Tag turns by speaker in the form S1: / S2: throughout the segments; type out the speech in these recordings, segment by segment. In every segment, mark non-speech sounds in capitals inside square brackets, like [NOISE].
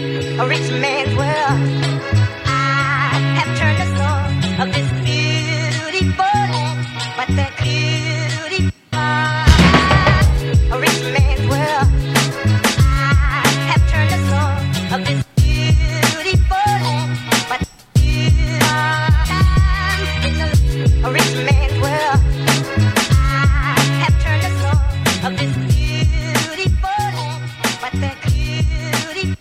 S1: a rich man's world. I have turned the soul of this beautiful land, but that beautiful a rich man's world. I have turned the soul of this beautiful land, but beautiful a rich man's world. I have turned the soul of this beautiful land, but that beautiful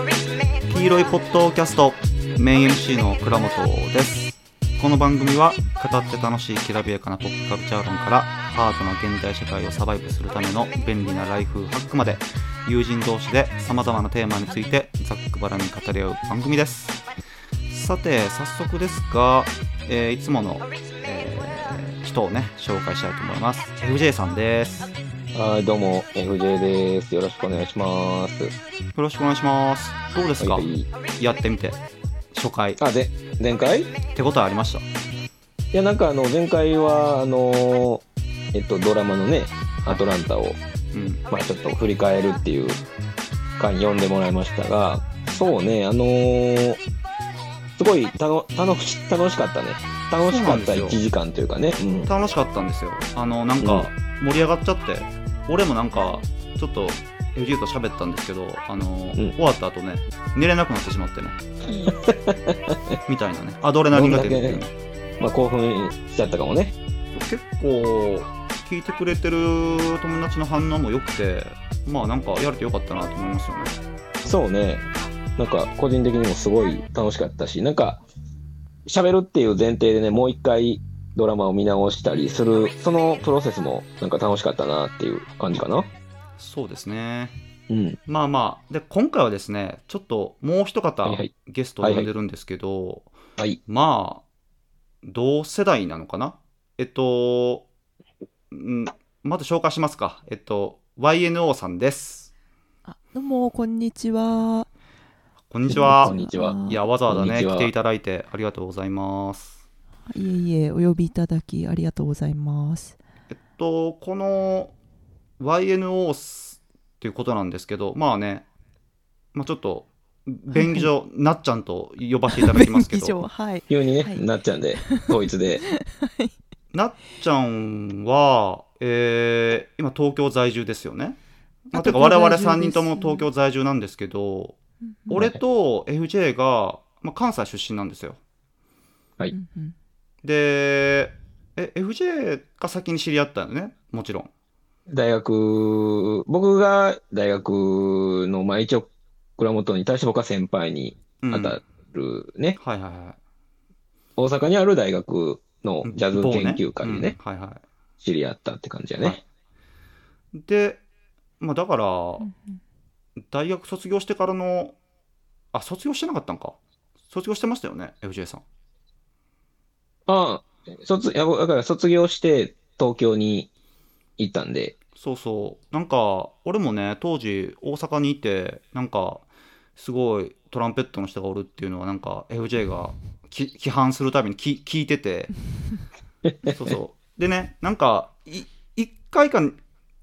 S1: a rich man's
S2: 黄色いポ
S1: world.
S2: ッドキャストメイン MC の倉本ですこの番組は語って楽しいきらびやかなポップカルチャー論からハードな現代社会をサバイブするための便利なライフハックまで友人同士で様々なテーマについてざっくばらに語り合う番組ですさて早速ですが、えーいつもの、えー人をね紹介したいと思います FJ さんですよ
S3: はい、どうも、FJ です。よろしくお願いします。
S2: ろしくお願いしますどうですか、
S3: はいはい
S2: やってみて初回
S3: あ、で、前回い
S2: 手応えありました
S3: や、なんかあの、前回は、あの、えっと、ドラマのね、アトランタを、
S2: うん
S3: まあちょっと振り返るっていう回に読んでもらいましたが、そうね、あのすごい、たの、楽し、楽しかったね。楽し
S2: そうな
S3: か
S2: ん
S3: っ
S2: で
S3: た
S2: すよ
S3: 1時間というかね。うん。
S2: 楽しかったんですよあのなん
S3: う
S2: か
S3: ん
S2: 盛り上がっちゃって、俺もなんかちょっと FG と喋ったんですけどあの、
S3: ん
S2: 終わった後ね寝れなくなってしまってねみたいなねアドレナリンが出てる、ね、
S3: まあ興奮しちゃったかもね。
S2: 結構聞いてくれてる友達の反応も良くてまあなんかやれてよかったなと思いますよね
S3: そうね。なんか、個人的にもすごい楽しかったし、なんか、喋るっていう前提でね、もう一回ドラマを見直したりする、そのプロセスもなんか楽しかったなっていう感じかな。
S2: そうですね
S3: うん。
S2: まあまあで今回はですねちょっともう一方、
S3: はいはい
S2: ゲストを呼んでるんですけど、
S3: はい。
S2: まあ、同世代なのかなえっと、んまず紹介しますか。えっと、YNO さんです。
S4: あどうもこんにちは。
S2: こんにち
S3: こ
S2: は
S3: ん。にちは。
S2: いや、わざわざ
S3: こん
S2: ね、
S3: にちは
S2: 来ていただいてありがとうございます。
S4: いえいえお呼びいただきありがとうございます。
S2: えっと、この YNO すっていうことなんですけど、まあね、まあちょっ
S4: [LAUGHS]
S2: と、便宜上、なっちゃんと呼ばせていただき
S4: [LAUGHS]
S2: ますけ
S4: 以上
S2: ど、
S4: はい。
S3: 急にね、
S4: はい
S3: なっちゃうんで、統一で。
S2: なっちゃんは、えー今東京在住ですよね。まあ、
S4: あ
S2: てか我々3
S4: 東京在住
S2: 人
S4: です
S2: とも東京在住なんですけど、
S4: うんうん
S2: 俺と FJ が、まあ、関西出身なんですよ。
S4: うんうん
S2: で、え、FJ が先に知り合ったのね、もちろん。
S3: 大学、僕が大学の、まあ一応、倉本に対して僕は先輩に
S2: うん、
S3: 当た
S2: は
S3: るね、
S2: いはいは
S3: 大阪にある大学の
S2: い。
S3: ジャズ
S2: 某
S3: 研究会でね、
S2: うんはいは
S3: 知り合ったって感じやね。
S2: はいい。で、まあだから、
S4: うんうん
S2: 大学卒業してからの、あ、卒業してなかったんか。卒業してましたよね、FJ さん。
S3: ああ、卒、いや、だから卒業して東京に行ったんで、
S2: そうそう。なんか、俺もね、当時大阪にいて、なんか、すごいトランペットの人がおるっていうのは、なんか FJ がき批判するたびにき聞いて
S3: [LAUGHS]
S2: て、そうそう。でね、なんか、い1回か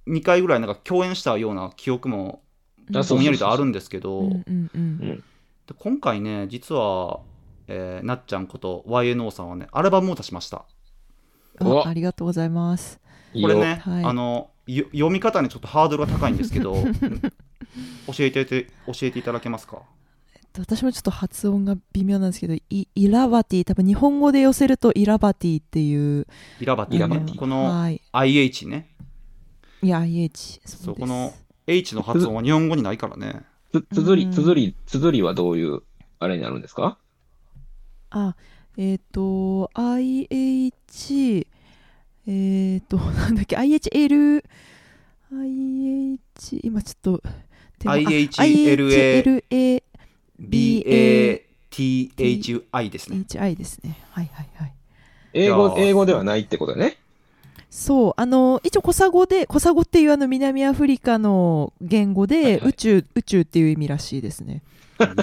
S2: 2回ぐらいなんか共演したような記憶も
S4: うん
S3: あ
S2: ぼ
S3: そうん
S2: やりとあるんですけど、
S4: うんうんうん
S2: で今回ね、実は、えーなっちゃんこと YNO さんはね、アルバムを出しました。
S4: あ
S3: うわ
S4: ありがとうございます。
S2: これ
S3: いいよ
S2: ね、
S4: はい
S2: あのよ読み方にちょっとハードルが高いんですけ
S4: [LAUGHS]
S2: どうん教えてて教えていただけますか
S4: えっと私もちょっと発音が微妙なんですけどイイラバティ多分日本語で寄せるとイラバティっていう
S2: イラバテ
S3: イ
S2: ィ
S3: ラ
S2: ね
S3: バ
S4: あ
S3: テ
S4: の
S3: ィ
S2: この
S4: はい
S2: IH ね
S4: いや IH
S2: そ
S4: そううです
S2: この H の発音は日本語にないからね
S3: つ、つづ
S4: う
S3: り、
S4: ん
S3: つづり、つづりはどういう、あれになるんですか
S4: あえっ、と IH えっ、と [LAUGHS] なんだっけ IHL IH 今ちょっと手があ
S2: IHLA
S4: IHLA
S2: BATHI ですね
S4: HI ですねはいはいはい
S3: 英語、
S2: いやー
S3: 英語ではないってことね。
S4: そうあの一応コサ語でコサ語っていうあの南アフリカの言語で、
S3: はいはい
S4: 宇宙宇宙っていう意味らしいですね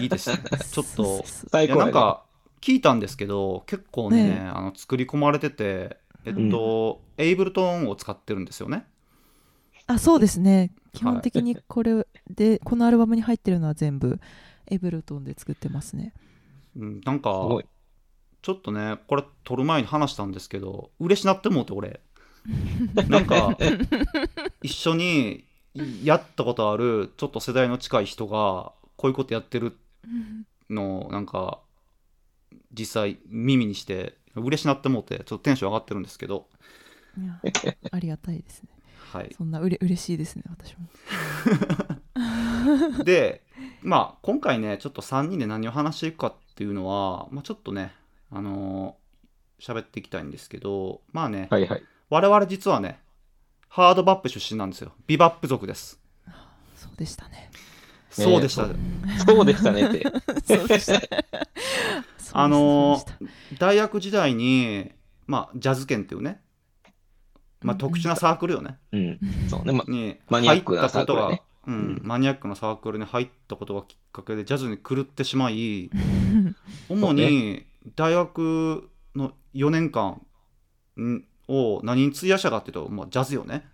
S2: いいですねちょっ
S4: そうそ
S2: と
S4: うそう
S2: い
S3: 最
S2: や
S3: 高や
S2: な
S3: ね
S2: んか聞いたんですけど結構ね
S4: ねえ
S2: あの作り込まれててえっと、エイブルトンを使ってるんですよね
S4: あそうですね基本的にこれで、このアルバムに入ってるのは全部エブルトンで作ってますね
S2: うん、なん
S3: す
S2: か
S3: ごい。
S2: ちょっとねこれ撮る前に話したんですけど嬉しなってもうて俺なんか一緒にやったことあるちょっと世代の近い人がこういうことやってるのをなんか実際耳にして嬉しなってもうてちょっとテンション上がってるんですけど
S4: いやありがたいですね
S2: はい
S4: そんなうれ嬉しいですね私も
S2: で、まあ、今回ね、ちょっと3人で何を話していくかっていうのは、まあ、ちょっとね、あのー喋っていきたいんですけど、まあね、
S3: はいはい。
S2: 我々実はね、ハードバップ出身なんですよ。ビバップ族です。
S4: そうでした
S2: [LAUGHS]
S3: ね
S4: ね
S2: そうでした。
S3: そうそうでした
S2: [LAUGHS]
S3: ねって。
S4: そうでしたそうでした
S2: あのー
S4: そうでし
S2: 大学時代に、まあ、ジャズ圏っていうね、まあ、
S4: うんうん
S2: 特殊なサークルよね。
S3: うん。
S4: た
S3: そうね。ま、
S2: に
S3: マニアックなサークルね
S2: 入ったことがうん、マニアックなサークルに入ったことがきっかけでジャズに狂ってしま
S3: [LAUGHS]
S2: い、主に大学の4年間んを何に費やしたかっていうと、まあ、ジャズよね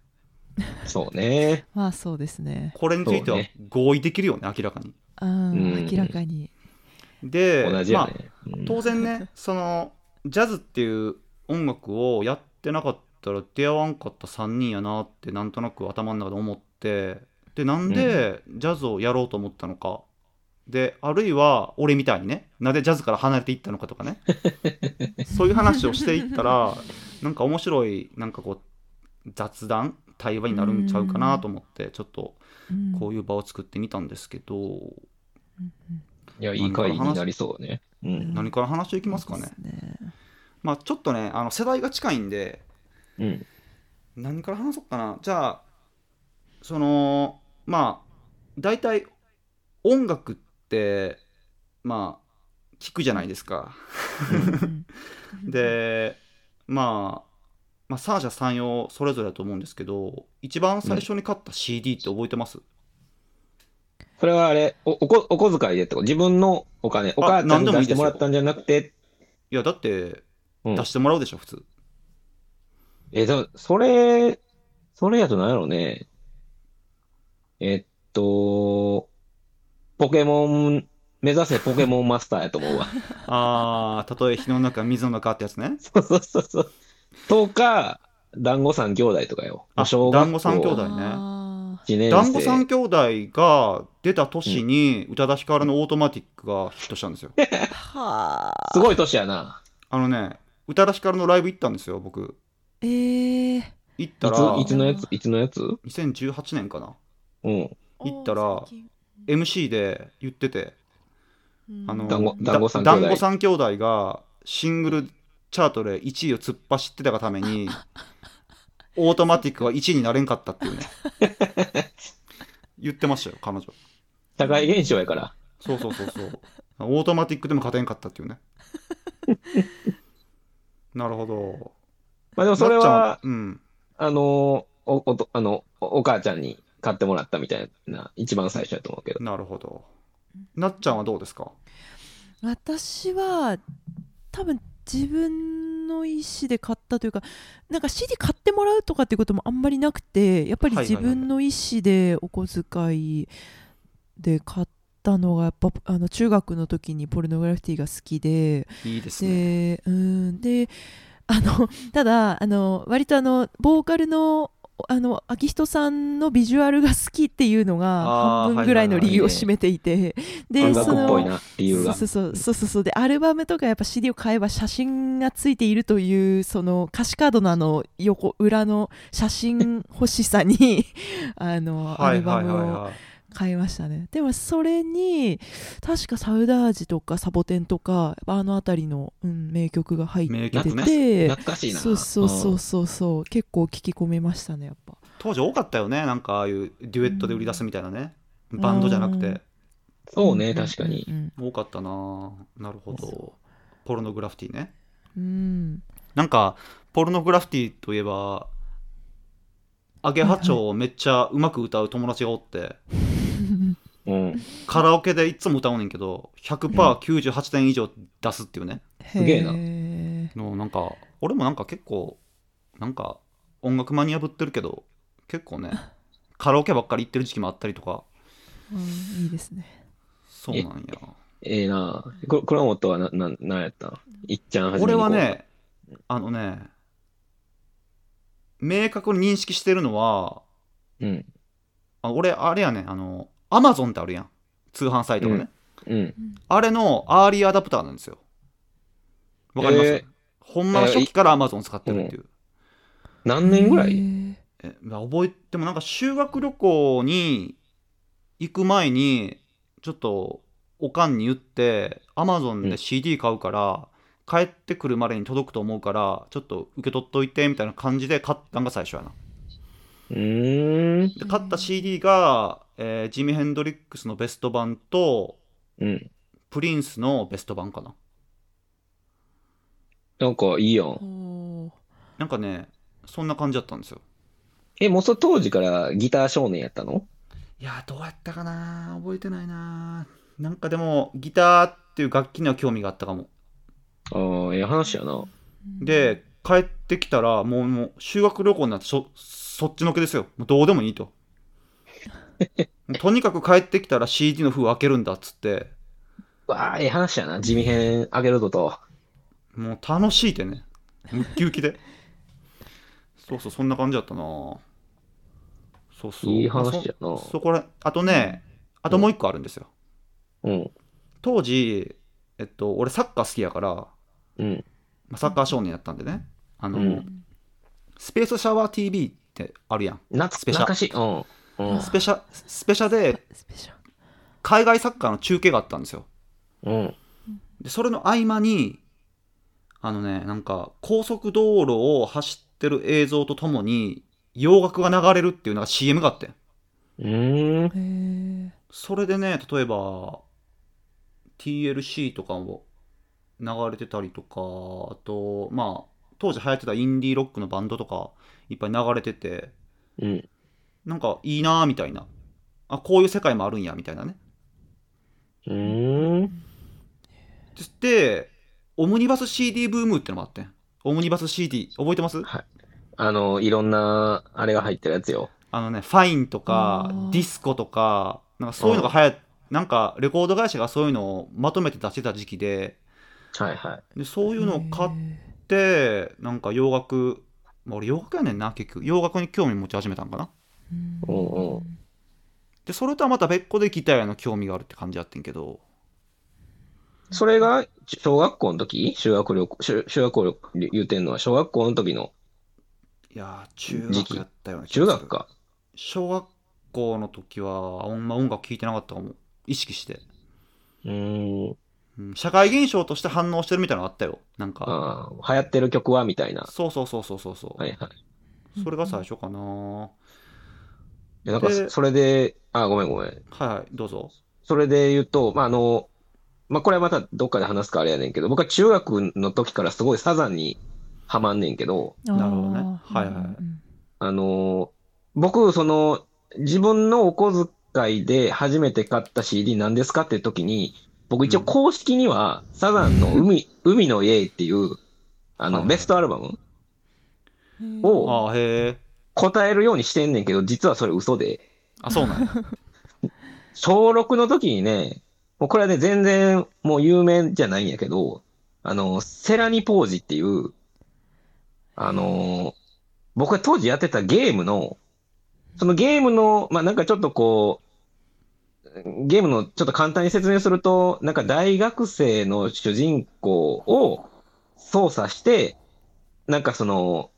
S3: そうね。
S4: まあそうですね
S2: これについては
S3: そうね
S2: 合意できるよね明らかに
S4: あ
S3: うん
S4: ー明らかに
S2: で
S3: 同じやね
S2: まあ、。
S3: うん
S2: 当然ねそのジャズっていう音楽をやってなかったら出会わんかった3人やなってなんとなく頭の中で思ってでなんでジャズをやろうと思ったのか、であるいは俺みたいにねなぜジャズから離れていったのかとか [LAUGHS] ねそういう話をしていったらなんか面白いなんかこう雑談対話になるんちゃうかなと思ってちょっとこういう場を作ってみたんですけど、
S4: うんうん
S3: いや、いい会になりそうね。うん。
S2: 何から話していきますかね
S4: そうですね
S2: まあちょっとねあの世代が近いんで
S3: うん。
S2: 何から話そうかなじゃあそのまあ大体音楽ってまあ聞くじゃないですかでまあまあ、サーシャ三様それぞれだと思うんですけど一番最初に買った CD って覚えてます、
S3: それはあれ、お、おこ、お小遣いでってこと自分のお金、お母ちゃ
S2: 何
S3: ん
S2: で
S3: に
S2: もい
S3: 出
S2: いで
S3: して
S2: すよ
S3: もらったんじゃなくて、
S2: いやだって
S3: うん
S2: 出してもらうでしょ普通
S3: え、でも、それ、それやと何やろうね。えっと、ポケモン、目指せポケモンマスターやと思
S4: [LAUGHS]
S3: うわ。
S2: ああたとえ火の中水の中ってやつね
S3: そうそうそうそう。とか、団子三兄弟とかよ。
S2: あ
S3: 小学
S2: 団子三兄
S3: 校
S2: 弟ね
S4: [LAUGHS] あ
S3: 1年
S2: 団子
S3: 生
S2: 三兄弟が出た年に宇多田ヒカルの「オートマティック」がヒットしたんですよ
S4: ーはあ
S3: すごい年やな。
S2: あのね宇多田ヒカルのライブ行ったんですよ僕
S4: えー
S2: 行っ
S3: い
S2: たら
S3: つ、いつのやついつのやつ
S2: 2018年かな
S3: うん。
S2: 行ったら
S4: お最近
S2: MC で言ってて
S4: うん
S2: あの
S3: 団子
S2: だ
S3: 団子三兄弟
S2: 団子三兄弟がシングルチャートで1位を突っ走ってたがため
S3: [LAUGHS]
S2: にオートマティックは1位になれんかったって
S3: [LAUGHS]
S2: いうね言ってましたよ彼女
S3: 社会現象やから。
S2: そうそうそうそう。オートマティックでも勝てんかったって
S3: [LAUGHS]
S2: いうね。なるほど。
S3: まあでもそれ
S2: なっ
S3: は
S2: ち、ゃんうん。
S3: あの、お、おと、あの、おお母ちゃんに買ってもらったみたいな、一番最初やと思うけど。
S2: なるほど。なっちゃんはどうですか
S4: 私は多分自分の意思で買ったというかなんか CD 買ってもらうとかっていうこともあんまりなくてやっぱり
S2: はいはい
S4: 自
S2: はい
S4: 分の意思でお小遣いで買ったのがやっぱあの中学の時にポルノグラフィティが好きで
S2: いいですね。
S4: でうんであの [LAUGHS] ただあの割とあのボーカルのあの秋人さんのビジュアルが好きっていうの
S2: あ
S4: が
S2: ー
S4: 半分ぐらいの理由を
S3: はいはいはい
S4: 占めていて、
S3: 音
S4: で
S3: 楽
S4: そ
S3: っぽい
S4: の
S3: な、理由が。
S4: そうそうそうそうそうそうでアルバムとかやっぱ CD を買えば写真がついているというその歌詞カードのあの横裏の写真欲しさに [LAUGHS] あのア
S2: はい
S4: ルバ
S2: はいはい
S4: ムを
S2: はい。
S4: 買いましたねでもそれに確かサウダージとかサボテンとかあの辺りの、うん、名曲が入って
S2: 名
S4: て、
S2: 曲
S3: 懐かしいな。
S4: そうそうそうそうそう結構聞き込めましたねやっぱ
S2: 当時多かったよね。なんかああいうデュエットで売り出すみたいなね。バンドじゃなくて。
S3: そうね、確かに
S4: う。ん
S2: 多かったななるほど
S4: そ。
S2: ポルノグラフィティね。
S4: うんうん
S2: なんか、ポルノグラフィティといえば、アゲハチョウをめっちゃうまく歌う友達がおって。
S3: うん。
S2: カラオケでいつも歌うねんけど 100%98 点以上出すっていうね、
S4: す
S3: げえな
S2: のなんか
S4: [LAUGHS]
S2: 俺もなんか結構なんか音楽マニアぶってるけど結構ねカラオケばっかり行ってる時期もあったりとか
S4: うん、いいですね
S2: そうなんや
S3: ええなぁ。く倉本はな、な、なんやったんいっちゃんはじめ
S2: 俺
S3: にこ
S2: は、
S3: う
S2: ねあのね明確に認識してるのは
S3: うん、
S2: あ俺あれやねあのアマゾンってあるやん通販サイトがね、
S3: うんうん。
S2: あれのアーリーアダプターなんですよわかります、
S3: えー
S2: ほんまの初期からアマゾン使ってるっていう、
S3: 何年ぐら
S4: へ
S3: い
S4: ー
S2: えまあ覚えてもなんか修学旅行に行く前にちょっとおかんに言ってアマゾン
S3: う
S2: で
S3: ん
S2: CD 買うから、帰ってくるまでに届くと思うからちょっと受け取っといてみたいな感じで買ったんが最初やな
S3: うーん。
S2: で買った CD が、えージミ・ヘンドリックスのベスト版と
S3: うん。
S2: プリンスのベスト版かな
S3: なんかいいやん。
S4: おー
S2: なんかねそんな感じだったんですよ
S3: え、もうその当時からギター少年やったの
S2: いやーどうやったかな覚えてないななんかでもギターっていう楽器には興味があったかも
S3: ああ、ええ話やな。
S2: で帰ってきたらもうもう修学旅行になってそそっちのけですよもうどうでもいい
S3: [LAUGHS]
S2: ともうとにかく帰ってきたら CD の封を開けるんだっつって
S3: わあ、ええ話やな。地味編あげるぞと。
S2: もう楽しいてねムッキウキでそうそうそんな感じだったなそうそう
S3: いい
S2: まあ
S3: 話やな
S2: そそこらあとねあともう一個あるんですよ、
S3: うん。
S2: 当時えっと俺サッカー好きやから、ま
S3: うん。
S2: あ、サッカー少年やったんでねあの、
S3: うん
S2: スペースシャワー TV ってあるやん
S3: な
S2: スペシャ
S3: 懐かしい。うん。うん
S2: スペシャスペシャで
S4: スペシャル
S2: 海外サッカーの中継があったんですよ。
S3: うん。
S2: で、それの合間に、あのね、なんか、高速道路を走ってる映像とともに、洋楽が流れるっていうなんか CM があってん。
S3: うーん。
S4: へー
S2: それでね、例えば、TLC とかも流れてたりとか、あと、まあ、当時流行ってたインディーロックのバンドとか、いっぱい流れてて、
S3: うん。
S2: なんかいいなーみたいな。あ、こういう世界もあるんや、みたいなね。
S3: うーん。
S2: で、オムニバス CD ブームってのもあってんオムニバス CD、覚えてます
S3: あの、いろんな、あれが入ってるやつよ。
S2: あのね、ファインとか
S4: あー、
S2: ディスコとか、なんかそういうのが流行っなんかレコード会社がそういうのをまとめて出してた時期で、
S3: はいはい。
S2: でそういうのを買っ
S4: へ
S2: て、なんか洋楽、まあ、俺洋楽やねんな、結局。洋楽に興味持ち始めたんかな。
S4: ー
S3: うんうん
S2: で、それとはまた別個でギターへの興味があるって感じやってんけど、
S3: それが、小学校の時修学旅行、修修学旅行言うてんのは、小学校の時の、
S2: いやー、中
S3: 時
S2: 学
S3: 期
S2: やったよね。
S3: 中学。か。
S2: 小学校の時は、あんま音楽聴いてなかったかも。意識して。
S3: うーん。
S2: うん社会現象として反応してるみたいなのあったよ。なんか、
S3: ああ、流行ってる曲はみたいな。
S2: そうそうそうそうそうそう、
S3: はいはい。
S2: それが最初かな。は
S3: でなんか
S2: で、
S3: それで、あ、ごめんごめん。
S2: いはい、どうぞ。
S3: それで言うと、まあ、あの、まあ、これはまたどっかで話すかあれやねんけど、僕は中学の時からすごいサザンにハマんねんけど、
S4: あー
S2: なるほどねはいはい
S4: うん
S3: あの、僕、その、自分のお小遣いで初めて買った CD 何ですかって時に、僕一応公式には、サザンの海、海の家っていう、あ
S2: は
S3: の、
S2: い
S3: ベストアルバム
S4: うん
S3: を
S2: ああ、へえ。
S3: 答えるようにしてんねんけど、実はそれ嘘で、
S2: あ、そう
S3: [LAUGHS]
S2: なんや。
S3: 小6の時にね、もうこれはね、全然もう有名じゃないんやけど、あの、セラニポージっていう、あの、僕が当時やってたゲームの、そのゲームの、まあ、なんかちょっとこう、ゲームのちょっと簡単に説明すると、なんか大学生の主人公を操作して、なんかその、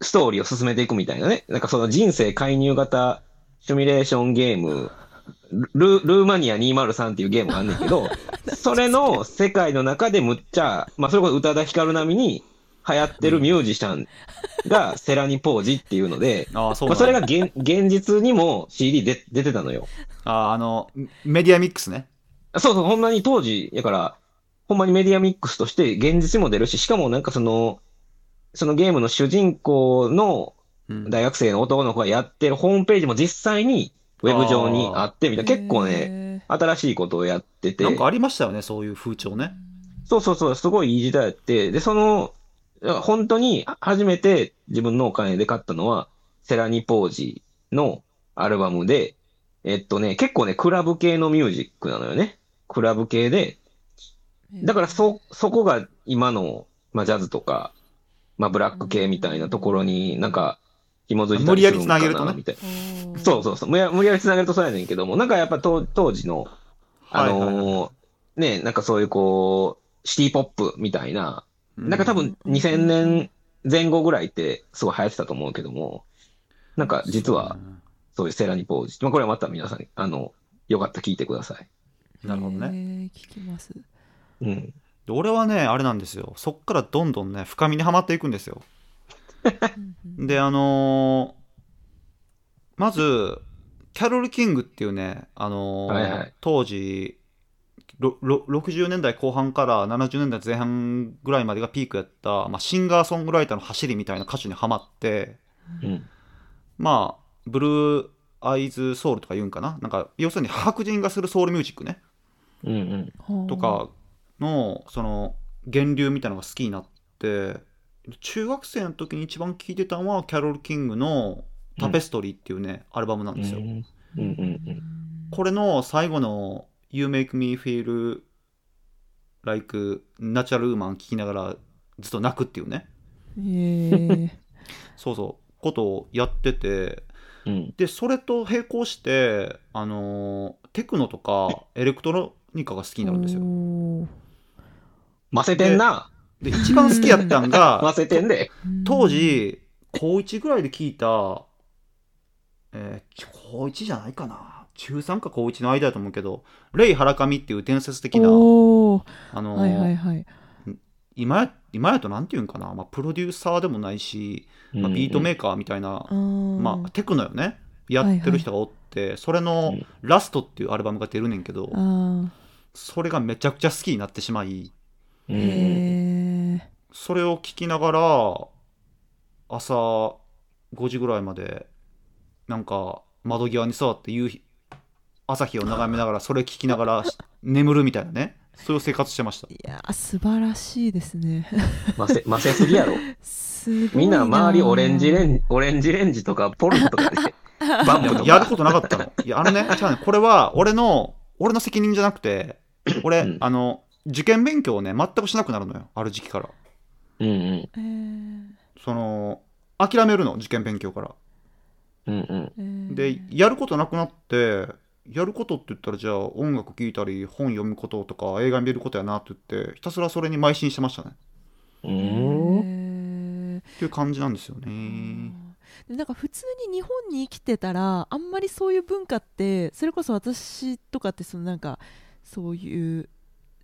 S3: ストーリーを進めていくみたいなね。なんかその人生介入型シミュレーションゲーム、ル、ルーマニア203っていうゲームがあんねん
S2: [LAUGHS]
S3: けど、それの世界の中でむっちゃ、まあ、それこそ宇多田ヒカル並みに流行ってるミュージシャン
S2: [LAUGHS]
S3: がセラニポージっていうので、
S2: ああ、そう
S3: ま
S2: な
S3: あ、
S2: ん
S3: それが
S2: や。
S3: 現現実にも CD で出てたのよ。
S2: あーあの、メディアミックスね。
S3: そうそう、ほんまに当時、やから、ほんまにメディアミックスとして現実にも出るし、しかもなんかその、そのゲームの主人公の
S2: うん、
S3: 大学生の男の子がやってるホームページも実際にウェブ上にあってみたいな、結構ね、
S4: へ
S3: 新しいことをやってて。
S2: なんかありましたよね、そういう風潮ね。
S3: そうそうそう、すごいいい時代やって、で、その、本当に初めて自分のお金で買ったのは、セラニポージのアルバムで、えっとね、結構ね、クラブ系のミュージックなのよね。クラブ系で、だからそ、そこが今の、まあ、ジャズとか、まあ、ブラック系みたいなところになんか、紐づいて
S2: 無理やり繋げるとね
S3: みたいな。
S4: ら
S3: そうそうそう。無理や無理やり繋げるとそうやねんけども、なんかやっぱ当当時の、あ
S2: はいはい
S3: のーね、なんかそういうこう、シティポップみたいな、なんか多分
S4: うん
S3: 2000年前後ぐらいってすごい流行ってたと思うけども、なんか実はそういうセラニポージ、まあ、これはまた皆さんに、あの、よかったら聞いてください。
S2: なるほどね
S4: ね。聞きます。
S3: うん。
S2: で俺はねあれなんですよそっからどんどんね深みにはまっていくんですよ
S4: うん
S2: であのーまずキャロル・キングっていうね、あのー
S3: はいはい
S2: 当時ろろ60年代後半から70年代前半ぐらいまでがピークやった、まあ、シンガーソングライターの走りみたいな歌手にはまって
S3: うん。
S2: まあブルーアイズソウルとか言うんかななんか要するに白人がするソウルミュージックね
S3: うんう
S2: [LAUGHS]
S3: ん。
S2: と、かのその源流みたいなのが好きになって中学生の時に一番聴いてたのはキャロル・キングの「タペストリー」っていうね、アルバムなん
S3: う
S2: ですよ、
S3: ん
S4: う
S3: うんん
S4: う
S3: うんん
S4: う
S3: うんん
S2: これの最後の「You Make Me Feel Like Natural Woman」聴きながらずっと泣くっていうね [LAUGHS]
S4: へ
S2: そうそうことをやってて
S3: うん。
S2: でそれと並行してあのーテクノとか
S3: [LAUGHS]
S2: エレクトロニカが好き
S4: え。
S2: になるんですよ
S4: よ。
S3: ませてんな。
S2: で一番好きやったん
S3: [LAUGHS]
S2: が [LAUGHS]
S3: ませてんで。
S2: 当時高1ぐらいで聞いた、えーち高1じゃないかな中3か高1の間だと思うけど「レイ・ハラカミ」っていう伝説的な、
S4: おー
S2: あのー
S4: はいはいはい。
S2: 今や今やとなんていうんかな、まあ、プロデューサーでもないし、まあ、ビートメーカーみたいな、ま
S4: ま
S2: あ、テクノよねやってる人がおって、それの
S3: うん
S2: 「ラスト」っていうアルバムが出るねんけど、
S4: あ
S2: それがめちゃくちゃ好きになってしまい
S3: う
S4: ー
S3: んうん。
S4: へえ。
S2: それを聞きながら朝5時ぐらいまでなんか窓際に座って夕日朝日を眺めながらそれ聞きながら眠るみたいなねそういう生活してました
S4: いやー、素晴らしいですね。 [LAUGHS]
S3: ませ、ませすぎやろ。
S4: すごい
S3: みんな周りオレンジレ
S4: ン。
S3: ンジ、オレンジレンジとかポルノと
S2: [LAUGHS]
S3: かで、バンプとか。
S2: やることなかったのいやあ
S3: [LAUGHS]
S2: のね違うねこれは俺の俺の責任じゃなくて俺、
S3: うん
S2: あの受験勉強をね全くしなくなるのよある時期から
S3: うんうん。
S4: えー
S2: その諦めるの受験勉強から
S3: うんうん。
S4: えー
S2: でやることなくなってやることって言ったらじゃあ音楽聴いたり本読むこととか映画見ることやなって言ってひたすらそれに邁進してましたね
S3: う
S4: へ
S3: ーん。
S4: ー
S2: っていう感じなんですよ
S4: あー
S2: ね
S4: でなんか普通に日本に生きてたらあんまりそういう文化ってそれこそ私とかってそのなんかそういう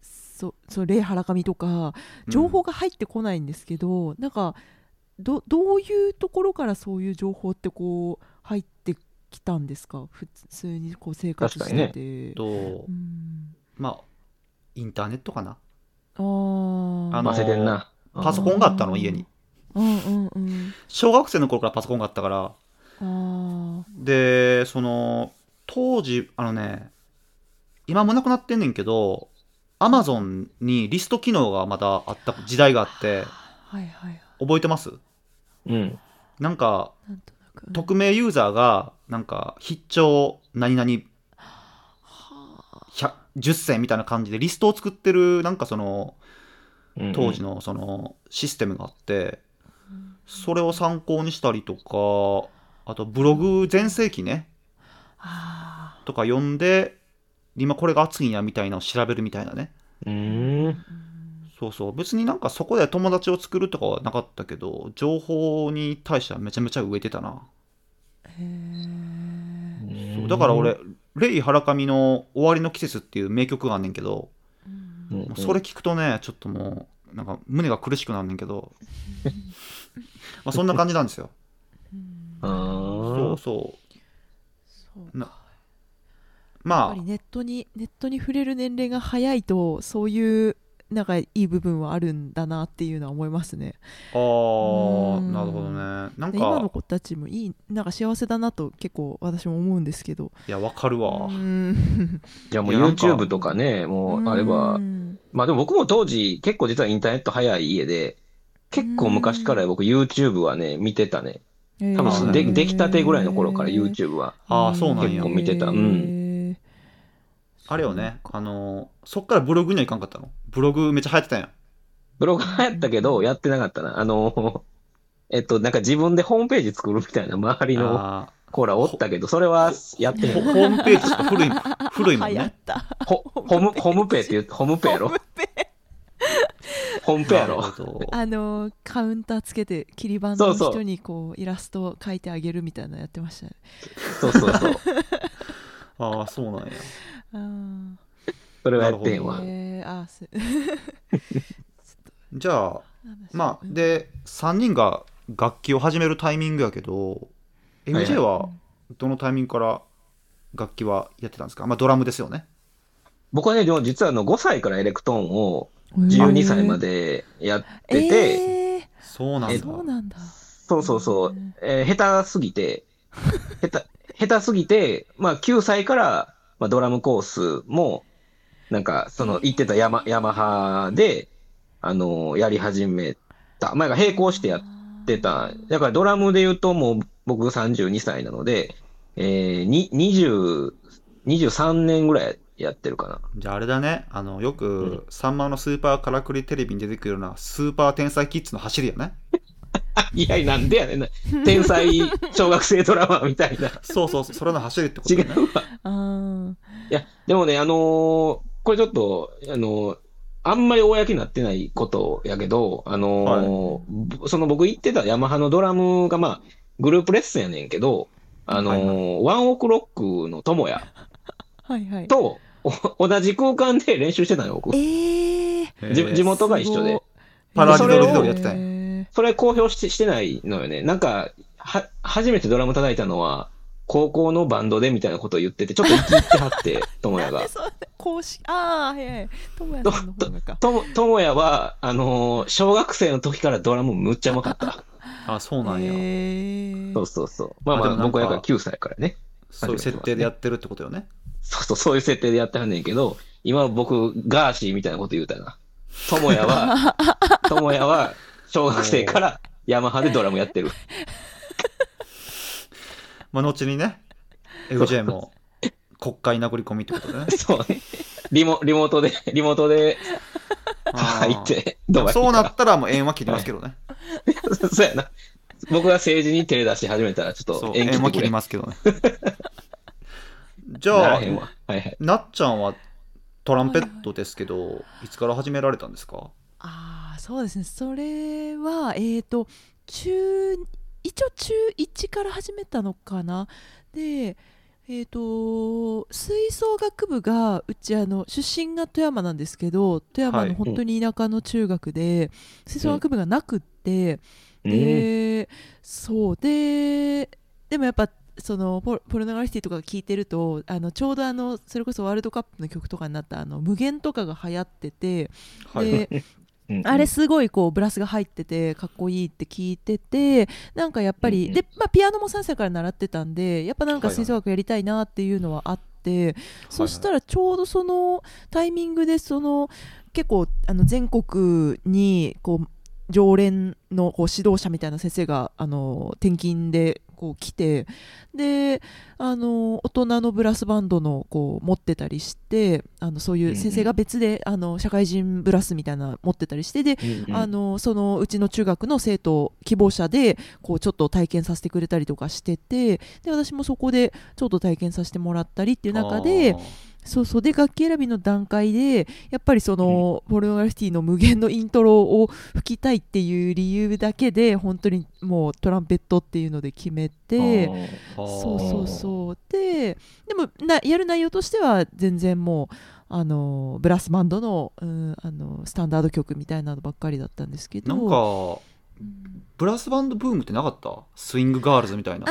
S4: そその霊はらかみとか情報
S2: が、
S4: が入ってこないんですけど、なんかどどういうところからそういう情報ってこう入ってきたんですか普通にこう生活してて。
S3: 確か
S2: うんと
S4: うん
S2: まあインターネットかな
S4: あー
S2: あの
S3: ませてんな。
S2: パソコンがあったの家に
S4: うんうんうん
S2: 小学生の頃からパソコンがあったから
S4: あ
S2: でその当時あのね今もなくなってんねんけどアマゾンにリスト機能がまだあった時代があって
S4: ーはいはいはい
S2: 覚えてます
S3: うん。
S2: なんか
S4: なんとなく
S2: 匿名ユーザーがなんか必聴何々
S4: は
S2: 100 10選みたいな感じでリストを作ってるなんかその
S3: うん
S2: 当時のそのシステムがあって
S4: あうん
S2: それを参考にしたりとかあとブログ全盛期ね
S4: あ
S2: とか読んで今これが熱いんやみたいなのを調べるみたいなね
S3: うーん。
S4: ーうん
S2: そうそう別になんかそこで友達を作るとかはなかったけど情報に対してはめちゃめちゃ植えてたな
S4: へえ
S2: そうだから俺レイ・ハラカミの「終わりの季節」っていう名曲があんねんけど
S4: うん
S3: うん、
S2: もうそれ聞くとね、ちょっともう、なんか胸が苦しくなんねんけ
S4: [LAUGHS]
S2: ど、まあそんな感じなんですよ。
S4: うん
S3: う
S2: そ
S3: ん
S2: うそう。
S4: そう
S2: な
S4: かやっぱ
S2: ま
S4: り
S2: あ、
S4: ネットにネットに触れる年齢が早いとそういうなんかいい部分はあるんだなっていうのは思いますね。
S2: あー
S4: うん
S2: なるほどね。なん
S4: で今の
S2: か、
S4: 子たちもいいなんか幸せだなと結構私も思うんですけど。
S2: いや、わかるわ
S4: う。ん
S3: じゃあもう
S2: いやなんか
S3: YouTube とかね、も
S2: [LAUGHS]
S3: うあれば
S4: う、ん
S3: まあでも僕も当時、結構実はインターネット早い家で、結構昔から僕 YouTube はね、見てたね。
S4: えー
S3: 多分そので
S2: えー
S3: できたてぐらいの頃から YouTube は。
S2: ああそうなんや
S3: 結構見てたうん
S4: へー
S2: あれよねあのそっからブログにはいかんかったのブログめっちゃ流行ってたんや
S3: ブログはやったけど、やってなかったな。あの、えっと、なんか自分でホームページ作るみたいな周りの
S2: あ
S3: コーラおったけど、それはやって
S2: ー
S3: な
S2: ホ
S3: い。
S2: ホームページとか古い古いもん
S4: 流行っ
S2: ね
S4: た
S3: ほホム、ホムペって言って、ホムペやろ
S4: ホームペ
S3: ホムペやろ
S2: なるほど
S4: あのカウンターつけて切り板
S3: そう
S4: の
S3: そう
S4: 人にこうイラストを描いてあげるみたいなのやってましたね
S3: そうそうそう。
S2: ああそうなんや
S4: あー
S3: それはやってんわ。
S4: えー、あーす
S2: じゃあまあ
S4: うん
S2: で3人が楽器を始めるタイミングやけど
S3: はい
S2: MJ はどのタイミングから楽器はやってたんですかまあドラムですよね
S3: 僕はね、でも実はあの5歳からエレクトーンを12歳までやってて、
S4: えー
S2: そうなんだ
S3: え
S4: そうなんだ
S3: そうそうそう、えー下手すぎて、下手、下手すぎて、まあ9歳から、まあ、ドラムコースも、なんかその行ってたヤマヤマハで、あのーやり始めた。前が並行してやってた。だからドラムで言うともう僕32歳なので、えー、に20 23年ぐらいやってるかな。
S2: じゃああれだねあのよく「さんまのスーパーからくりテレビ」に出てくるようなスーパー天才キッズの走りやね
S3: [LAUGHS] いや、なんでやねんな。天才小学生ドラマーみたいな。
S2: そうそうそうそれの走りってこと
S3: 違
S2: ね [LAUGHS]
S3: うわ。
S4: あー
S3: いや、でもね、あのーこれちょっと、あのーあんまり公になってないことやけど、あのーぼその僕行ってたヤマハのドラムが、まあ、グループレッスンやねんけど、あのー
S2: はい
S3: ワンオクロックの友也
S4: はいはい
S3: とお同じ空間で練習してたのよ、僕。
S4: ええ
S2: へー
S3: じ地元が一緒で。
S2: パラディドル
S3: フドル
S2: やってたんや
S4: え
S3: それ公表してしてないのよね。なんか、は、初めてドラム叩いたのは、高校のバンドでみたいなことを言ってて、ちょっと生き入ってはって、友也
S4: ー、
S3: が
S4: で。そう公式ああはいはい友也さんの方がか
S3: とも、ともやは、あのー小学生の時からドラムむっちゃうまかった。
S2: あそうなんや、
S4: えー
S3: そうそうそう。ま
S2: あ
S3: あ
S2: でも
S3: まあ、
S2: なんか
S3: 僕はやから9歳からね。
S2: そういう設定でやってるってことよね
S3: そうそう、そういう設定でやってはんねんけど、今僕、ガーシーみたいなこと言うたな。とも
S2: [LAUGHS]
S3: やは、ともやは、小学生からヤマハでドラムやってる。
S2: まあ後にね MJ [LAUGHS] も国会殴り込みってことで [LAUGHS] ね
S3: そうね。リモ、リモートで、リモートで
S2: あ
S3: 入
S2: ー
S3: って、ドバイ行
S2: そう
S3: った
S2: なったらもう縁は切りますけどね。
S3: そうやな。僕が政治に手出し始めたら、ちょっ
S2: そ
S3: と
S2: う、
S3: 延期
S2: 縁は
S3: し
S2: 切
S3: てく
S2: り
S3: れ。
S2: ますけど
S3: [LAUGHS]
S2: ね。じ
S3: な
S2: ゃ
S3: ら
S2: あ
S3: へ、んわ。はいはい。
S2: なっちゃんはトランペットですけど、いつから始められたんですか
S4: ああそうですねそれはえっ、と中一応中1から始めたのかなでえっ、と吹奏楽部がうちあの出身が富山なんですけど富山
S2: はい
S4: の本当に田舎の中学で、吹奏楽部がなくって、
S3: うん。
S4: で、そうででもやっぱそのポポルノガリティとか聞いてるとあのちょうどあのそれこそワールドカップの曲とかになったあの無限とかが流行ってて、
S2: はい。
S4: であれすごいこうブラスが入っててかっこいいって聞いててなんかやっぱり、
S3: うんうん
S4: で、まあ、ピアノも3歳から習ってたんでやっぱなんか吹奏楽やりたいなっていうのはあって、そしたらちょうどそのタイミングでその結構あの全国にこう常連のこう指導者みたいな先生があの転勤でこう来てであの大人のブラスバンドのこう持ってたりしてあのそういう先生が別で、あの社会人ブラスみたいなの持ってたりしてで
S3: うんうん
S4: あのそのうちの中学の生徒希望者でこうちょっと体験させてくれたりとかしててで私もそこでちょっと体験させてもらったりっていう中で
S2: あー、
S4: そうそうで楽器選びの段階でやっぱりその、ポルノグラフィティの無限のイントロを吹きたいっていう理由だけで本当にもうトランペットっていうので決めて。
S2: あー
S4: そうそうそうででもなやる内容としては全然もうあのブラスバンドの,、うん、あのスタンダード曲みたいなのばっかりだったんですけど
S2: なんか、ブラスバンドブームってなかったスイングガールズみたいな。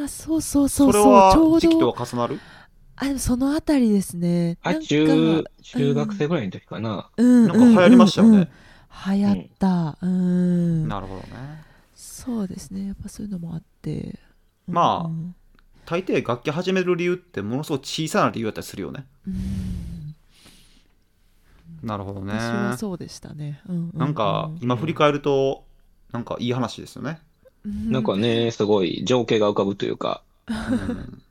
S4: ああそうそう
S2: そ
S4: そ
S2: うれ
S4: そうちょ
S2: は
S4: う
S2: 時期と
S4: ど
S2: は重なる
S4: あでもそのあたりですね
S3: あ、
S4: なんか
S3: 中、中学生ぐらいの時かな。
S4: うん
S2: なんか流行りましたよ
S4: うんうん
S2: ね。
S4: うん流行ったうん
S2: なるほどね。
S4: そうですねやっぱそういうのもあって
S2: まあ
S4: うん
S2: 大抵楽器始める理由ってものすごく小さな理由だったりするよね。
S4: うん
S2: なるほどね。
S4: 私はそうでしたね、うんうう
S2: なんか今振り返るとなんかいい話ですよね。
S3: なんかね、すごい情景が浮かぶというか、
S2: うん、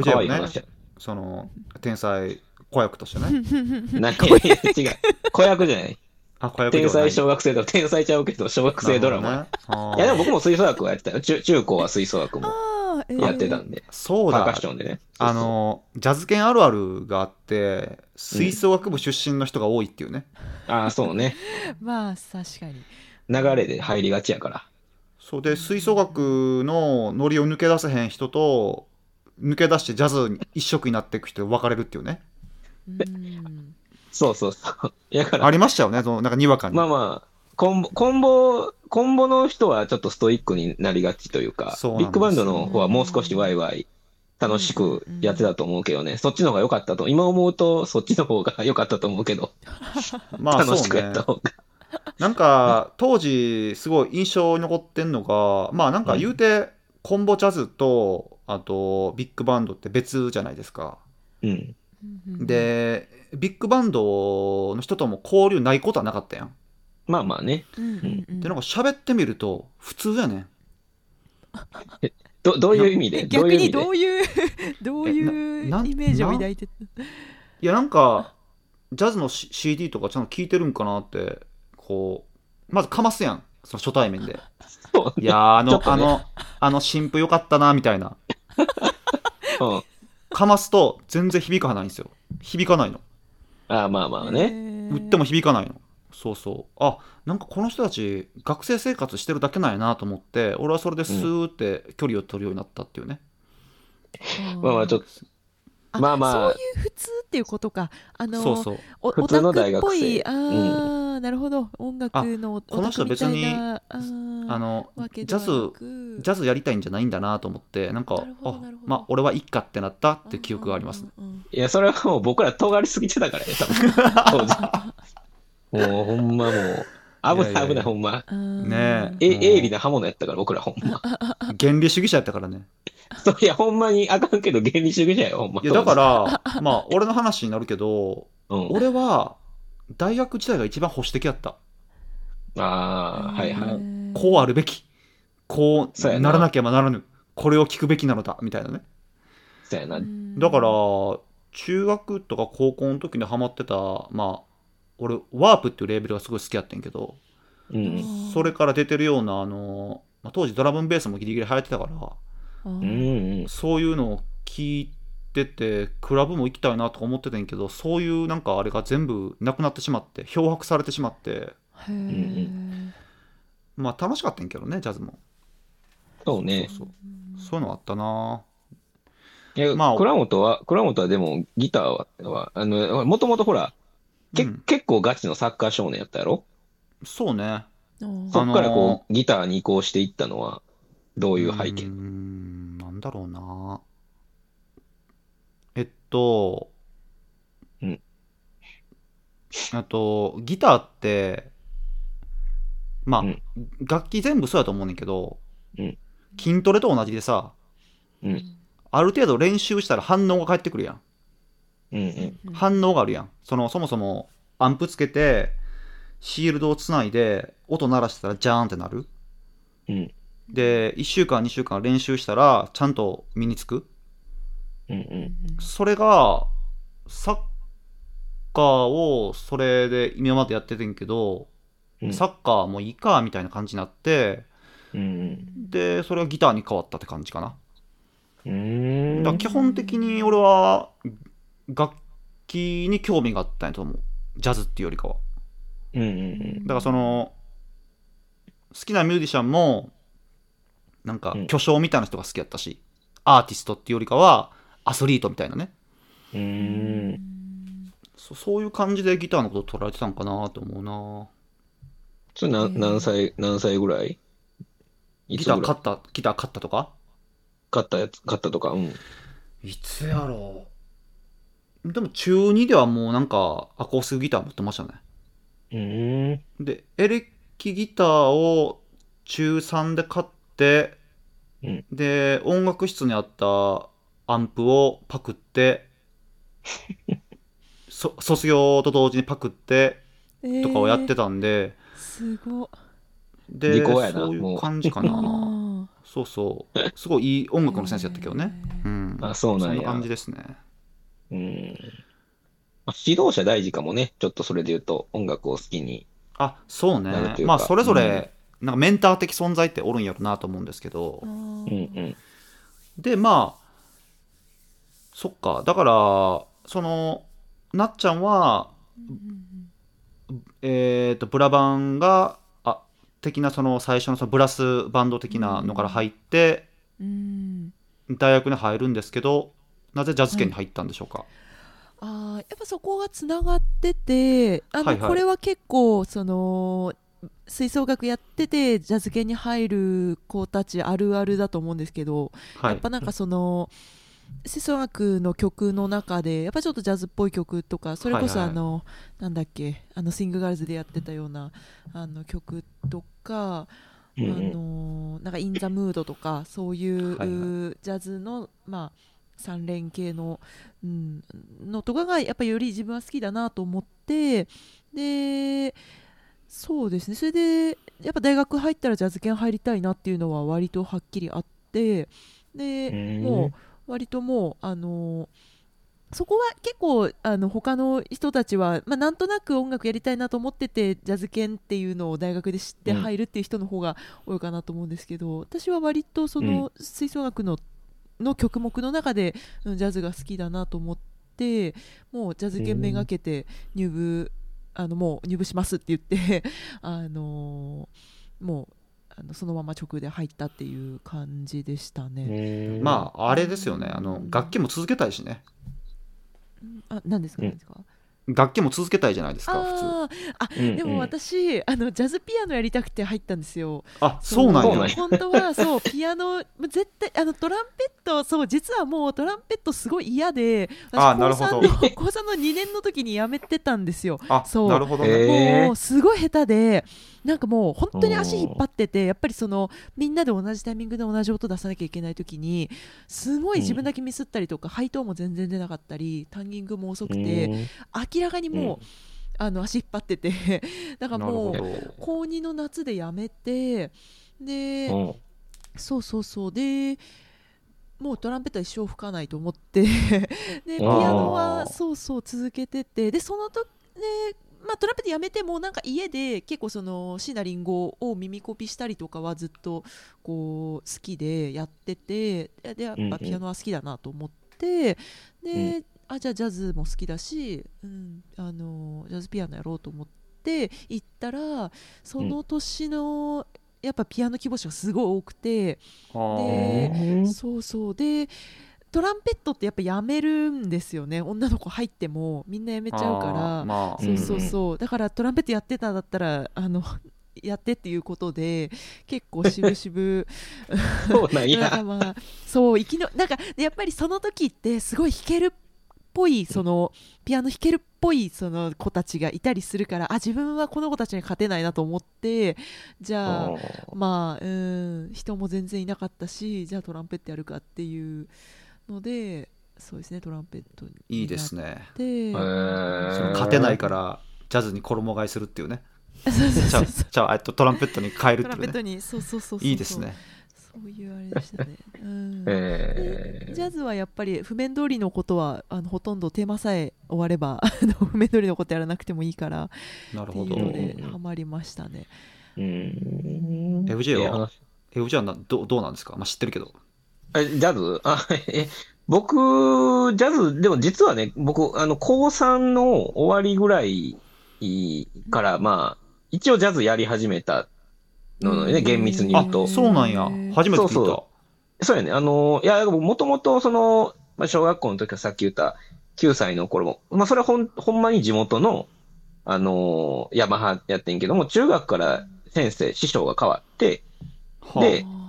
S2: FJ
S3: 可
S2: も
S3: 愛い
S2: ね
S3: 話や。
S2: その天才子役としてね
S3: なん
S4: [LAUGHS]
S3: か、いや [LAUGHS] 違う。子役じゃない。
S2: あ子役で
S3: 天
S2: はない
S3: 才小学生と天才ちゃうけど、小学生ドラマ。
S2: なるほどねあー
S3: いや、でも僕も吹奏楽はやってたよ。中中高は吹奏楽も
S4: あーえー
S3: やってたんで。
S2: そう
S3: パーカ
S2: だ
S3: ッションでね。
S2: あのジャズ犬あるあるがあって吹奏楽部出身の人が多いっていうね、
S3: ああ、そうね。
S4: まあ確かに
S3: 流れで入りがちやから。
S2: そうで吹奏楽のノリを抜け出せへん人と抜け出してジャズ一色になっていく人で分かれるっていうね
S4: うん
S3: そうそうそう。やから、
S2: ありましたよねそのなんかにわかに、
S3: まあまあ、コンボ、コンボ、コンボの人はちょっとストイックになりがちというか、
S2: そうなん
S3: ビ
S2: です
S3: ッグバンドの方はもう少しワイワイ楽しくやってたと思うけどね、そっちの方が良かったと、今思うとそっちの方が良かったと思うけど、
S2: まあ
S3: 楽しくやった
S2: そうね
S3: 方が。
S2: なんか当時すごい印象に残ってんのがまあなんか言うて、コンボジャズとあとビッグバンドって別じゃないですか
S3: うん。
S4: うん
S2: でビッグバンドの人とも交流ないことはなかったやん
S3: まあまあね。
S4: うんうんうん
S2: でなんか喋ってみると普通やねん
S3: ど、どういう意味でどう
S4: 逆
S3: いう意
S4: に
S3: 味で
S4: どういうどうい
S2: [LAUGHS]
S4: う
S2: えななん
S4: イメージを抱いてた
S2: いやなんかジャズの C- CD とかちゃんと聴いてるんかなってこうまずかますやんその初対面で
S3: [LAUGHS] そう
S2: いやーあ
S3: ちょ
S2: の、
S3: っ
S2: あ
S3: とね
S2: のあの新婦よかったなみたいな
S3: うん。あ
S2: かますと全然響かないんですよ響かないの
S3: あ、まあまあね。
S2: 売っても響かないのそうそうあなんかこの人たち学生生活してるだけなんやなと思って俺はそれでスーって距離を取るようになったっていうね、
S3: まあまあちょっ
S4: と
S3: と、まあまあ
S4: そういう普通っていうことかあの
S2: そうそう
S4: お
S3: 普通の
S4: オタク
S3: 大
S4: っぽ
S3: 学生
S4: いあーなるほど音楽のオ
S2: この人別にあ
S4: あ
S2: の
S4: わけ
S2: ジ
S4: で
S2: ャ
S4: はな
S2: ズ
S4: く
S2: ジャズやりたいんじゃないんだなと思ってなんか
S4: なるほど
S2: あ
S4: なるほど
S2: まあ俺はいっかってなったっていう記憶がありますね
S4: うんうんうん
S3: いや、それはもう僕ら尖りすぎてたからね、多
S2: [LAUGHS]
S3: 分当時。もうほんまもう、危
S2: いや
S3: ない
S2: いやい
S3: 危な
S2: や
S3: い、ほんま。
S4: うん
S2: ね
S3: え、
S2: うん
S3: 鋭利な刃物やったから、僕らほん
S2: [LAUGHS]
S3: ま。
S2: 原理主義者やったからね
S3: そういや、ほんまにあかんけど、原理主義者よ、ほんま。
S2: いやだから [LAUGHS] まあ俺の話になるけど
S3: ら、うん、
S2: 俺は大学時代が一番保守的やった
S3: ああ、はいはい。
S4: い
S2: こうあるべきこ
S3: そうや
S2: う
S3: な
S2: ならなければならぬこれを聞くべきなのだみたいなね
S3: そうやな。
S2: だから中学とか高校の時にハマってたまあ俺ワープっていうレーベルがすごい好きやってんけど
S3: うん。
S2: それから出てるようなあの、まあ、当時ドラムンベースもギリギリ流行ってたから
S3: うんうん。
S2: そういうのを聞いてて、クラブも行きたいなとか思ってたんやけど、そういうなんかあれが全部なくなってしまって、漂白されてしまって、
S4: へー
S2: まあ楽しかったんやけどね、ジャズも。
S3: そうね。
S2: そうそうそういうのあったなぁ
S3: いや、
S2: まあ
S3: 倉本は、倉本はでも、ギターは、はあの、もともとほら、け、
S2: うん
S3: 結構ガチのサッカー少年やったやろ
S2: そうね。
S4: うん
S3: そっからこう、
S2: あの
S3: ギターに移行していったのは、ど
S2: こ
S3: ういう背景
S2: ん、なんだろうなぁえっと、
S3: うん。
S2: あと、ギターって、まあ、
S3: うん
S2: 楽器全部そうやと思うねんけど、
S3: うん
S2: 筋トレと同じでさ、
S3: うん。
S2: ある程度練習したら反応が返ってくるやん。
S3: うんうん。
S4: うん
S2: 反応があるやん。その、そもそもアンプつけて、シールドをつないで、音鳴らしたらジャーンってなる。
S3: うん。
S2: で、1週間、2週間練習したら、ちゃんと身につく。
S3: うんうん。
S2: それが、サッカーをそれで今までやっててんけど、
S3: うん
S2: サッカーもいいか、みたいな感じになって、
S3: うん
S2: で、それがギターに変わったって感じかな。
S3: うん。うん。
S2: だから基本的に俺は、楽器に興味があったんやと思う。ジャズっていうよりかは。
S3: うんうん
S2: だからその好きなミュージシャンもなんか
S3: うん
S2: 巨匠みたいな人が好きやったし、アーティストっていうよりかはアスリートみたいなね
S3: うん。うん。
S2: そそういう感じでギターのこと捉えてたんかなと思うな
S3: それな何歳、何歳ぐらいい
S2: ギ
S3: つ
S2: ター
S3: ぐら
S2: 買
S3: い
S2: ったギター買ったとか
S3: 買ったやつ、買ったとか。うん。
S2: いつやろうでも中2ではもうなんかアコースギター持ってましたね
S3: うん。
S2: でエレキギターを中3で買って、
S3: うん
S2: で音楽室にあったアンプをパクって
S3: [LAUGHS]
S2: そ卒業と同時にパクってとかをやってたんで、
S4: すご
S2: で
S3: 時効やな
S2: そういう感じか
S4: あ [LAUGHS]
S2: なそうそうすごいいい音楽の先生やったけどね、うん、
S3: あそうなんや
S2: そんな感じですね
S3: うん。まあ指導者大事かもね。ちょっとそれで言うと、音楽を好きに。
S2: あそうね
S3: なるというか
S2: まあそれぞれ、なんかメンター的存在っておるんやろなと思うんですけど
S4: ーあ
S3: うんう
S4: ー
S3: ん。
S2: でまあそっかだからそのなっちゃんは
S4: うん
S2: えー、とブラバンがあ的なその最初のそのブラスバンド的なのから入って、
S4: うんうん
S2: 大学に入るんですけどなぜジャズ系に入ったんでしょうか、
S4: あーやっぱそこがつながっててあの、
S2: はいはい
S4: これは結構その吹奏楽やっててジャズ系に入る子たちあるあるだと思うんですけど、
S2: はい
S4: やっぱなんかその吹奏楽の曲の中でやっぱちょっとジャズっぽい曲とかそれこそ
S2: はいは
S4: あ
S2: いはい
S4: の、なんだっけあのシングガールズでやってたようなあの曲とか
S3: うんう
S4: あ
S3: ん
S4: のーなんか「イン・ザ・ムード」とかそういう
S2: はいは
S4: ジャズの、まあ、三連系の,、うん、のとかがやっぱりより自分は好きだなと思ってでそうですねそれでやっぱ大学入ったらジャズ系入りたいなっていうのは割とはっきりあってで、
S3: うん
S4: もう割ともうあのーそこは結構あの他の人たちは、まあ、なんとなく音楽やりたいなと思っててジャズ犬っていうのを大学で知って
S3: うん
S4: 入るっていう人の方が多いかなと思うんですけど、私は割とその吹奏楽の,、の曲目の中でうんジャズが好きだなと思ってもうジャズ犬めがけて入部、あのもう入部しますって言って [LAUGHS] あのーもうあのそのまま直で入ったっていう感じでしたね。
S3: うん
S2: まああれですよねあの楽器も続けたいしね
S4: あ、何ですか、
S3: うん
S4: 何ですか。
S2: 楽器も続けたいじゃないですか普通
S4: あーあ、
S3: うんうん
S4: でも私、あのジャズピアノやりたくて入ったんですよ。
S2: あそうなん
S3: そうな
S2: や
S3: んや
S4: 本当はそうピアノ、もう絶対あのトランペット、そう実はもうトランペットすごい嫌で、
S2: あー
S4: 私
S2: なるほど
S4: 高三の [LAUGHS] 高三の2年の時にやめてたんですよ。
S2: あ
S4: そう
S2: なるほどね、
S3: えへー
S4: もうすごい下手でなんかもう本当に足引っ張っててやっぱりそのみんなで同じタイミングで同じ音出さなきゃいけない時にすごい自分だけミスったりとか、配当も全然出なかったりタンギングも遅くて、明らかにもう、
S3: うん
S4: あの足引っ張ってて [LAUGHS] だから
S2: なるほ
S4: もう
S2: ど
S4: 高2の夏でやめてで、
S3: うんうん
S4: そうそうそうでもうトランペットは一生吹かないと思って [LAUGHS] でピアノ
S3: あ
S4: は
S3: ー
S4: そうそう続けててでその時でまあ、トランペットやめてもなんか家で結構その椎名林檎を耳コピしたりとかはずっとこう好きでやっててででやっ
S3: うんう
S4: ぱ
S3: ん
S4: ピアノは好きだなと思って、で、
S3: う
S4: あじゃあジャズも好きだし、うん、あのジャズピアノやろうと思って行ったらその年のやっぱピアノ希望者がすごい多くて、
S2: あ
S4: そうそうでトランペットってやっぱやめるんですよね女の子入ってもみんなやめ
S2: ー
S4: ちゃうか
S2: あー
S4: ら、
S2: まあ
S4: そうそうそうだからトランペットやってたんだったらあの [LAUGHS] やってっていうことで結構しぶ
S2: [LAUGHS]
S4: しぶ
S3: そうなん
S4: なんか
S3: や。
S4: まあそう生きのなんかやっぱりその時ってすごい弾けるっぽいそのピアノ弾けるっぽいその子たちがいたりするからあ自分はこの子たちに勝てないなと思ってじゃあまあうん人も全然いなかったしじゃあトランペットやるかっていうのでそうですねトランペットに
S2: いい
S4: [LAUGHS]
S2: ですね
S4: なって、
S2: その
S3: 勝
S2: 勝てないからジャズに衣替えするっていうね
S4: そうそう
S2: じゃ
S4: そ
S2: あ
S4: うそう
S2: じゃあえっとトランペットに変えるっ
S4: トラ
S2: て
S4: ン
S2: い
S4: ペ
S2: う
S4: ット
S2: ね
S4: にそうそうそうそうい
S2: いいですね
S4: そういうあれ
S2: [LAUGHS]
S4: でしたね、うん
S3: え
S4: で
S3: ー
S4: ジャズはやっぱり譜面通りのことはあのほとんどテーマさえ終われば [LAUGHS] あの譜面通りのことやらなくてもいいから
S2: なる
S4: ってい
S2: ほど
S4: うので
S3: うん
S4: ハマりましたね。
S3: うん。
S2: FJ はい
S3: や話
S2: えじゃあなどうどうなんですかまあ知ってるけど
S3: え、ジャズあ、え、僕、ジャズ、でも実はね、僕、あの、高3の終わりぐらいから、まあ、一応ジャズやり始めたのよね、厳密に
S2: あ
S3: 言うと。
S2: そうなんや初めて聞いた
S3: そうそそうやね。あの、いや、もともと、その、まあ、小学校の時はさっき言った9歳の頃も、まあ、それはほん、ほんまに地元の、あの、ヤマハやってんけども、中学から先生、師匠が変わって、
S2: はあ
S3: で
S4: あー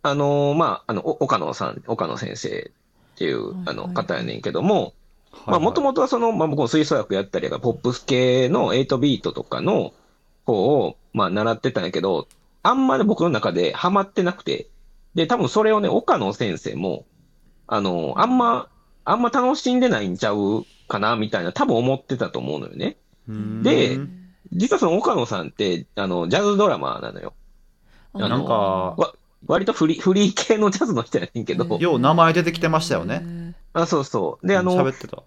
S3: あの、まあ、あの、お岡野さん、岡野先生っていう、あ
S4: はい
S3: の、
S4: はい
S3: 方やねんけども、
S2: はい
S3: ま
S2: は
S3: あ、
S2: い
S3: もともとはその、まあ、僕も吹奏楽やったりとか、ポップス系の8ビートとかの方を、まあ、習ってたんやけど、あんまり僕の中でハマってなくて、で、多分それをね、岡野先生も、あの、あんま、あんま楽しんでないんちゃうかな、みたいな、多分思ってたと思うのよね。
S2: うーん
S3: で実はその岡野さんって、あの、ジャズドラマーなのよ。
S4: あ
S3: あ
S2: なんか、
S3: 割とフリフリー系のジャズの人やねんけど、
S4: うん
S2: よう名前出てきてましたよね。
S4: ね
S3: あ、そうそう。で、あ
S2: うん
S3: の
S2: 喋、ってた。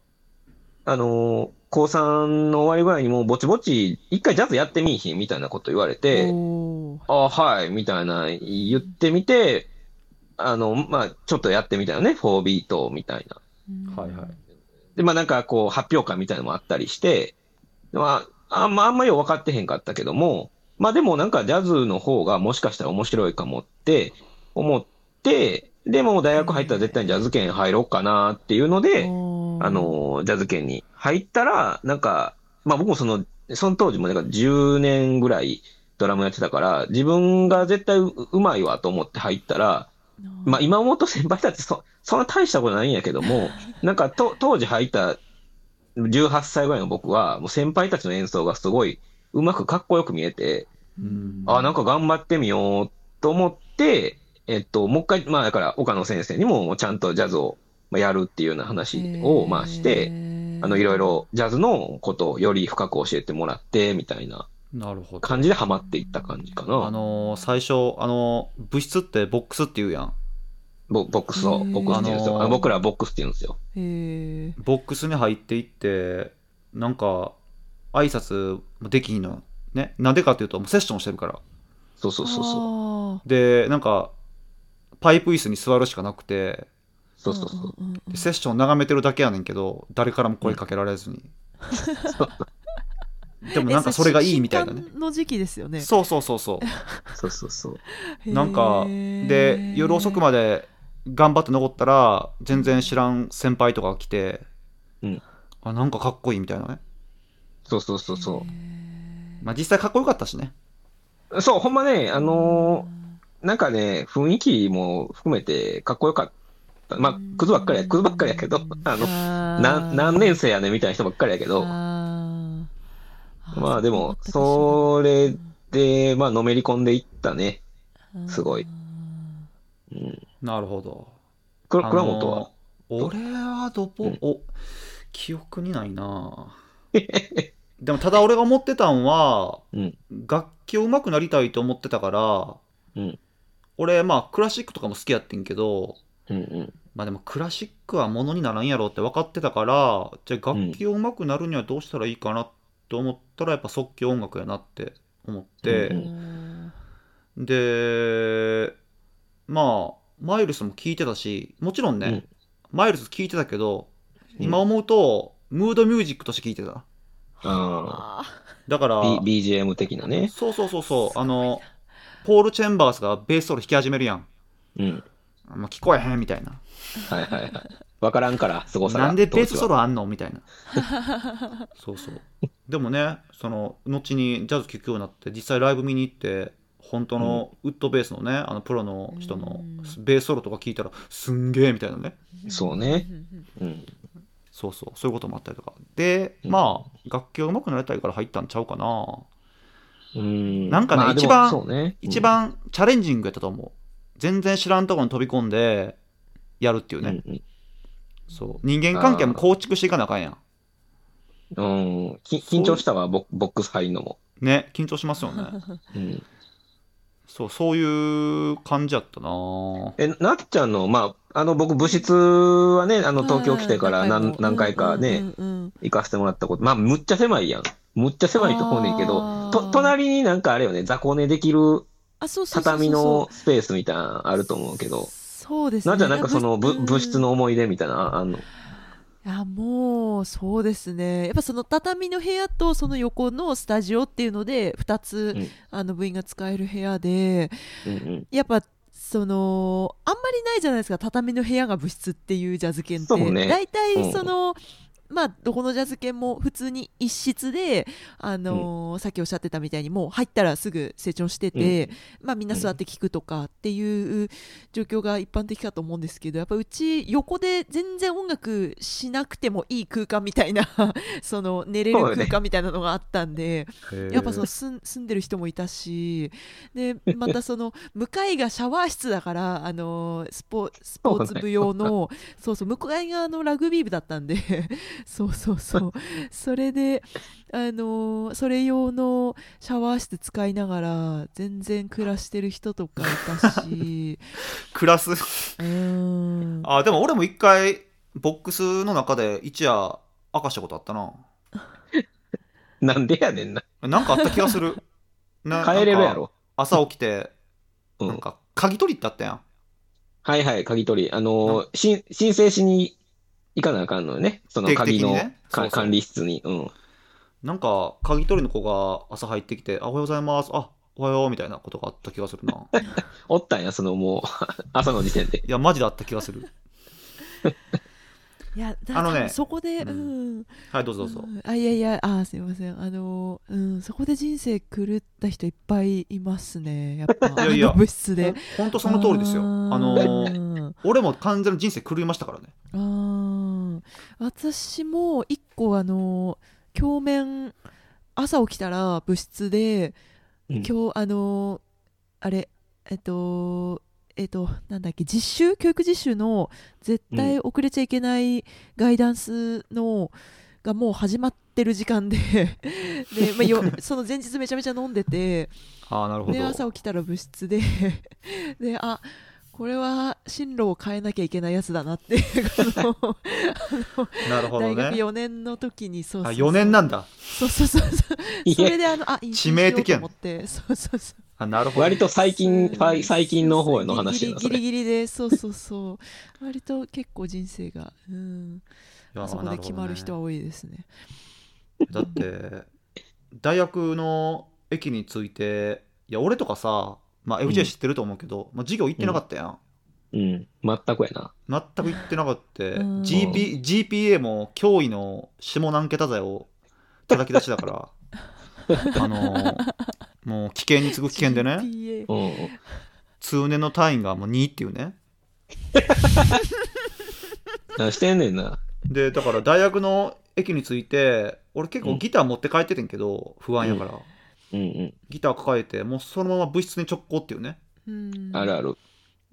S3: あの、高3の終わりぐらいにもうぼちぼち、一回ジャズやってみいひんみたいなこと言われて、
S4: おー
S3: あはい、みたいな言ってみて、あの、まあ、ちょっとやってみたよね、4ビートみたいな。
S4: うん
S2: はいはい
S3: で、まあなんかこう、発表会みたいなのもあったりして、でまあ、あんま、あんまよう分かってへんかったけども、まあでもなんかジャズの方がもしかしたら面白いかもって思って、でもう大学入ったら絶対にジャズ圏入ろうかなっていうので、あの、ジャズ圏に入ったら、なんか、まあ僕もその、その当時もなんか10年ぐらいドラムやってたから、自分が絶対ううまいわと思って入ったら、まあ今思うと先輩たちそ、そんな大したことないんやけ
S2: [LAUGHS]
S3: ども、なんかと当時入った18歳ぐらいの僕は、もう先輩たちの演奏がすごいうまくかっこよく見えて、
S2: うん
S3: あ、なんか頑張ってみようと思って、えっと、もう一回、まあだから岡野先生にもちゃんとジャズをまあやるっていうような話をまあして、あのいろいろジャズのことをより深く教えてもらって、みたいな
S2: なるほど。
S3: 感じでハマっていった感じか
S2: あ
S3: な。
S2: のー最初、あのー部室ってボックスって言うやん。
S3: ぼボックスを、ボックスって言うんですよ。
S2: あの
S3: あ
S2: ー
S3: の僕らはボックスって言うんですよ。
S4: へー
S2: ボックスに入っていって、なんか、挨拶もできひんの。ね。なんでかっていうと、もうセッションしてるから。
S3: そうそうそうそう。
S4: あー
S2: で、なんか、パイプ椅子に座るしかなくて、
S3: そうそうそう。
S4: うんうんうん
S2: でセッション眺めてるだけやねんけど、誰からも声かけられずに。でもなんかそれがいいみたいな
S4: え
S2: ね
S4: そ。れ新刊の時期ですよね。
S2: そうそうそうそう。
S3: そうそうそう。
S2: なんかで夜遅く
S4: で。
S2: まで頑張って残ったら全然知らん先輩とかが来て、
S3: うん
S2: あなんかかっこいいみたいなね、
S3: そうそうそうそ
S2: まあ、実際かっこよかったしね
S3: う。そう、ほんまね、あのーなんかね、雰囲気も含めてかっこよかった。まあ、クズばっかりや、クズばっかりやけど、あの、な
S4: の
S3: 何年生やねんみたいな人ばっかりやけど、
S4: ま
S3: まあでも、それで、まあ、のめり込んでいったね。すごい。うん。
S2: なるほど
S3: く倉本は、
S2: あの俺はどこ、
S3: うん
S2: お記憶にないな [LAUGHS] でもただ俺が思ってたんは、
S3: うん
S2: 楽器を上手くなりたいと思ってたから、
S3: うん
S2: 俺まあクラシックとかも好きやってんけど
S3: うんうん。
S2: まあでもクラシックはものにならんやろって分かってたからじゃあ楽器を上手くなるにはどうしたらいいかなと思ったらやっぱ即興音楽やなって思って、
S3: うん
S2: でまあマイルスも聴いてたしもちろんね、
S3: うん
S2: マイルス聴いてたけど今思うとムードミュージックとして聴いてた
S3: あ
S2: だか
S3: あ
S2: ら、
S3: ー、B- BGM 的なね。
S2: そうそうそうそうあのポール・チェンバースがベースソロ弾き始めるやん
S3: うん。
S2: あんま聞こえへんみたいな
S3: はいはいはい。わからんから、すごさが。
S2: なんでベースソ
S3: ロ
S2: ロあんのみたいな [LAUGHS] そうそうでもねその後にジャズ聴くようになって実際ライブ見に行って本当のウッドベースのね、あのプロの人の
S4: うん
S2: ベースソロとか聞いたらすんげえみたいなね
S3: そうね。うん。
S2: そうそうそういうこともあったりとかで
S3: うん
S2: まあ楽器が上手くなりたいから入ったんちゃうかな
S3: うん。
S2: なんかね
S3: まあでも
S2: 一番
S3: そうね
S2: 一、番チャレンジングやったと思う全然知らんところに飛び込んでやるっていう
S3: うん
S2: ね、
S3: うん
S2: そう人間関係も構築していかなあかんやん
S3: うん、き緊張したわ、ボボックス入るのも。
S2: ね緊張します
S3: [LAUGHS]
S2: よね
S3: うん、
S2: そうそういう感じやったな
S3: え、なっちゃんの、まあ、あの、僕、部室はね、あの、東京来てから何何回かね、行かせてもらったこと、まあ、むっちゃ狭いやん。むっちゃ狭いと思うねんけ
S4: あー
S3: ど、と、隣になんかあれよね、雑魚寝できる畳のスペースみたいなのあると思うけど、
S4: そうです
S3: な
S4: ね
S3: っちゃんなんかその、
S4: ぶ
S3: ぶ部室の思い出みたいな、あの、
S4: いやもうそうですねやっぱその畳の部屋とその横のスタジオっていうので2つ、
S3: うん
S4: あの部員が使える部屋で
S3: うんうん。
S4: やっぱそのあんまりないじゃないですか畳の部屋が部室っていうジャズ犬って、
S3: そうね
S4: 大
S3: う
S4: 体
S3: ん
S4: その、まあどこのジャズ犬も普通に一室で、あのーさっきおっしゃってたみたいにもう入ったらすぐ成長してて、まあみんな座って聞くとかっていう状況が一般的かと思うんですけどやっぱうち横で全然音楽しなくてもいい空間みたいな [LAUGHS] その寝れる
S3: そうね
S4: 空間みたいなのがあったんで。やっぱその住ん住んでる人もいたしでまたその向かいがシャワー室だからあのースポスポーツ部用のそうそう向かい側のラグビー部だったんで [LAUGHS] そうそうそうそれであのーそれ用のシャワー室使いながら全然暮らしてる人とかいた
S2: [LAUGHS]
S4: し
S2: 暮らす
S4: うーん
S2: あでも俺も一回ボックスの中で一夜明かしたことあったな
S3: なんでやねんな。
S2: なんかあった気がす
S3: [LAUGHS]
S2: るな
S3: 帰れる
S2: な
S3: や
S2: んか
S3: ろ。
S2: 朝起きて
S3: うん
S2: なんか鍵取りってあったやん
S3: はいはい、鍵取り。あのーし申請しに行かなあかんのよね。その
S2: 定期的
S3: 鍵
S2: に
S3: の
S2: ね
S3: か
S2: そうそう
S3: 管理室に。うん。
S2: なんか鍵取りの子が朝入ってきて「あおはようございます」あおはようみたいなことがあった気がする
S4: [LAUGHS]
S2: ない
S3: おったんや、そのもう、 [LAUGHS] 朝の時点で。
S2: やマジであった気がする
S4: いやだ
S2: あのね
S4: 多分そこで、
S2: うん
S4: うん、
S2: はいどうぞどうぞ
S4: んあいやいやあすいませんあのーうんそこで人生狂った人いっぱいいますねやっぱ
S2: [LAUGHS] いやいや
S4: あの物質で
S2: ほんとその通りですよ
S4: あ
S2: あ
S4: ー
S2: のー
S4: [LAUGHS] うん
S2: 俺も完全に人生狂いましたからね
S4: あー私も一個あの鏡面朝起きたら部室で、
S3: うん
S4: 今日あのあれえっとえっとなんだっけ実習教育実習の絶対遅れちゃいけないガイダンスの、がもう始まってる時
S2: [LAUGHS]
S4: 間でで、まあ、よその前日めちゃめちゃ飲んでて
S2: ああなるほ
S4: で
S2: ど
S4: 朝起きたら部室でであこれは進路を変えなきゃいけないやつだなってこの
S2: なるほ
S4: 大
S2: ど
S4: 学
S2: ね
S4: 4年の時にそう
S2: あ
S4: そうそう
S2: 4年なんだ
S4: そうそうそうそう
S3: い
S4: そ
S3: え
S4: れであのあいい
S2: 致命的やん
S4: そうしようと思ってそうそうそう
S2: あなるほど
S3: 割と
S2: [LAUGHS]
S3: 最近、
S4: そう
S3: 最最近の方の話やな、
S4: ギ
S3: そ
S4: リギリ
S3: れ。
S4: ギリギリでそうそうそう割と結構人生がうん
S2: いや
S4: あそこで決まる人は多いですね
S2: だって大学の駅に着いていや俺とかさ、まあ、FJ 知ってると思うけど、まあ、授業行ってなかったやん、
S3: うん。全くやな。
S2: 全く行ってなかった、
S4: うん
S2: GP GPA も驚異の下何桁台を叩き出しだからあのーもう危険に次ぐ危険でね
S4: GPA
S3: うん。
S2: 通年の単位がもう2っていうね
S3: 何してんねんな。
S2: でだから大学の駅に着いて俺結構ギター持って帰っててんけど、不安やから、
S3: うんうん。
S2: ギター抱えてもうそのまま部室に直行っていうね
S4: うん
S3: あるある。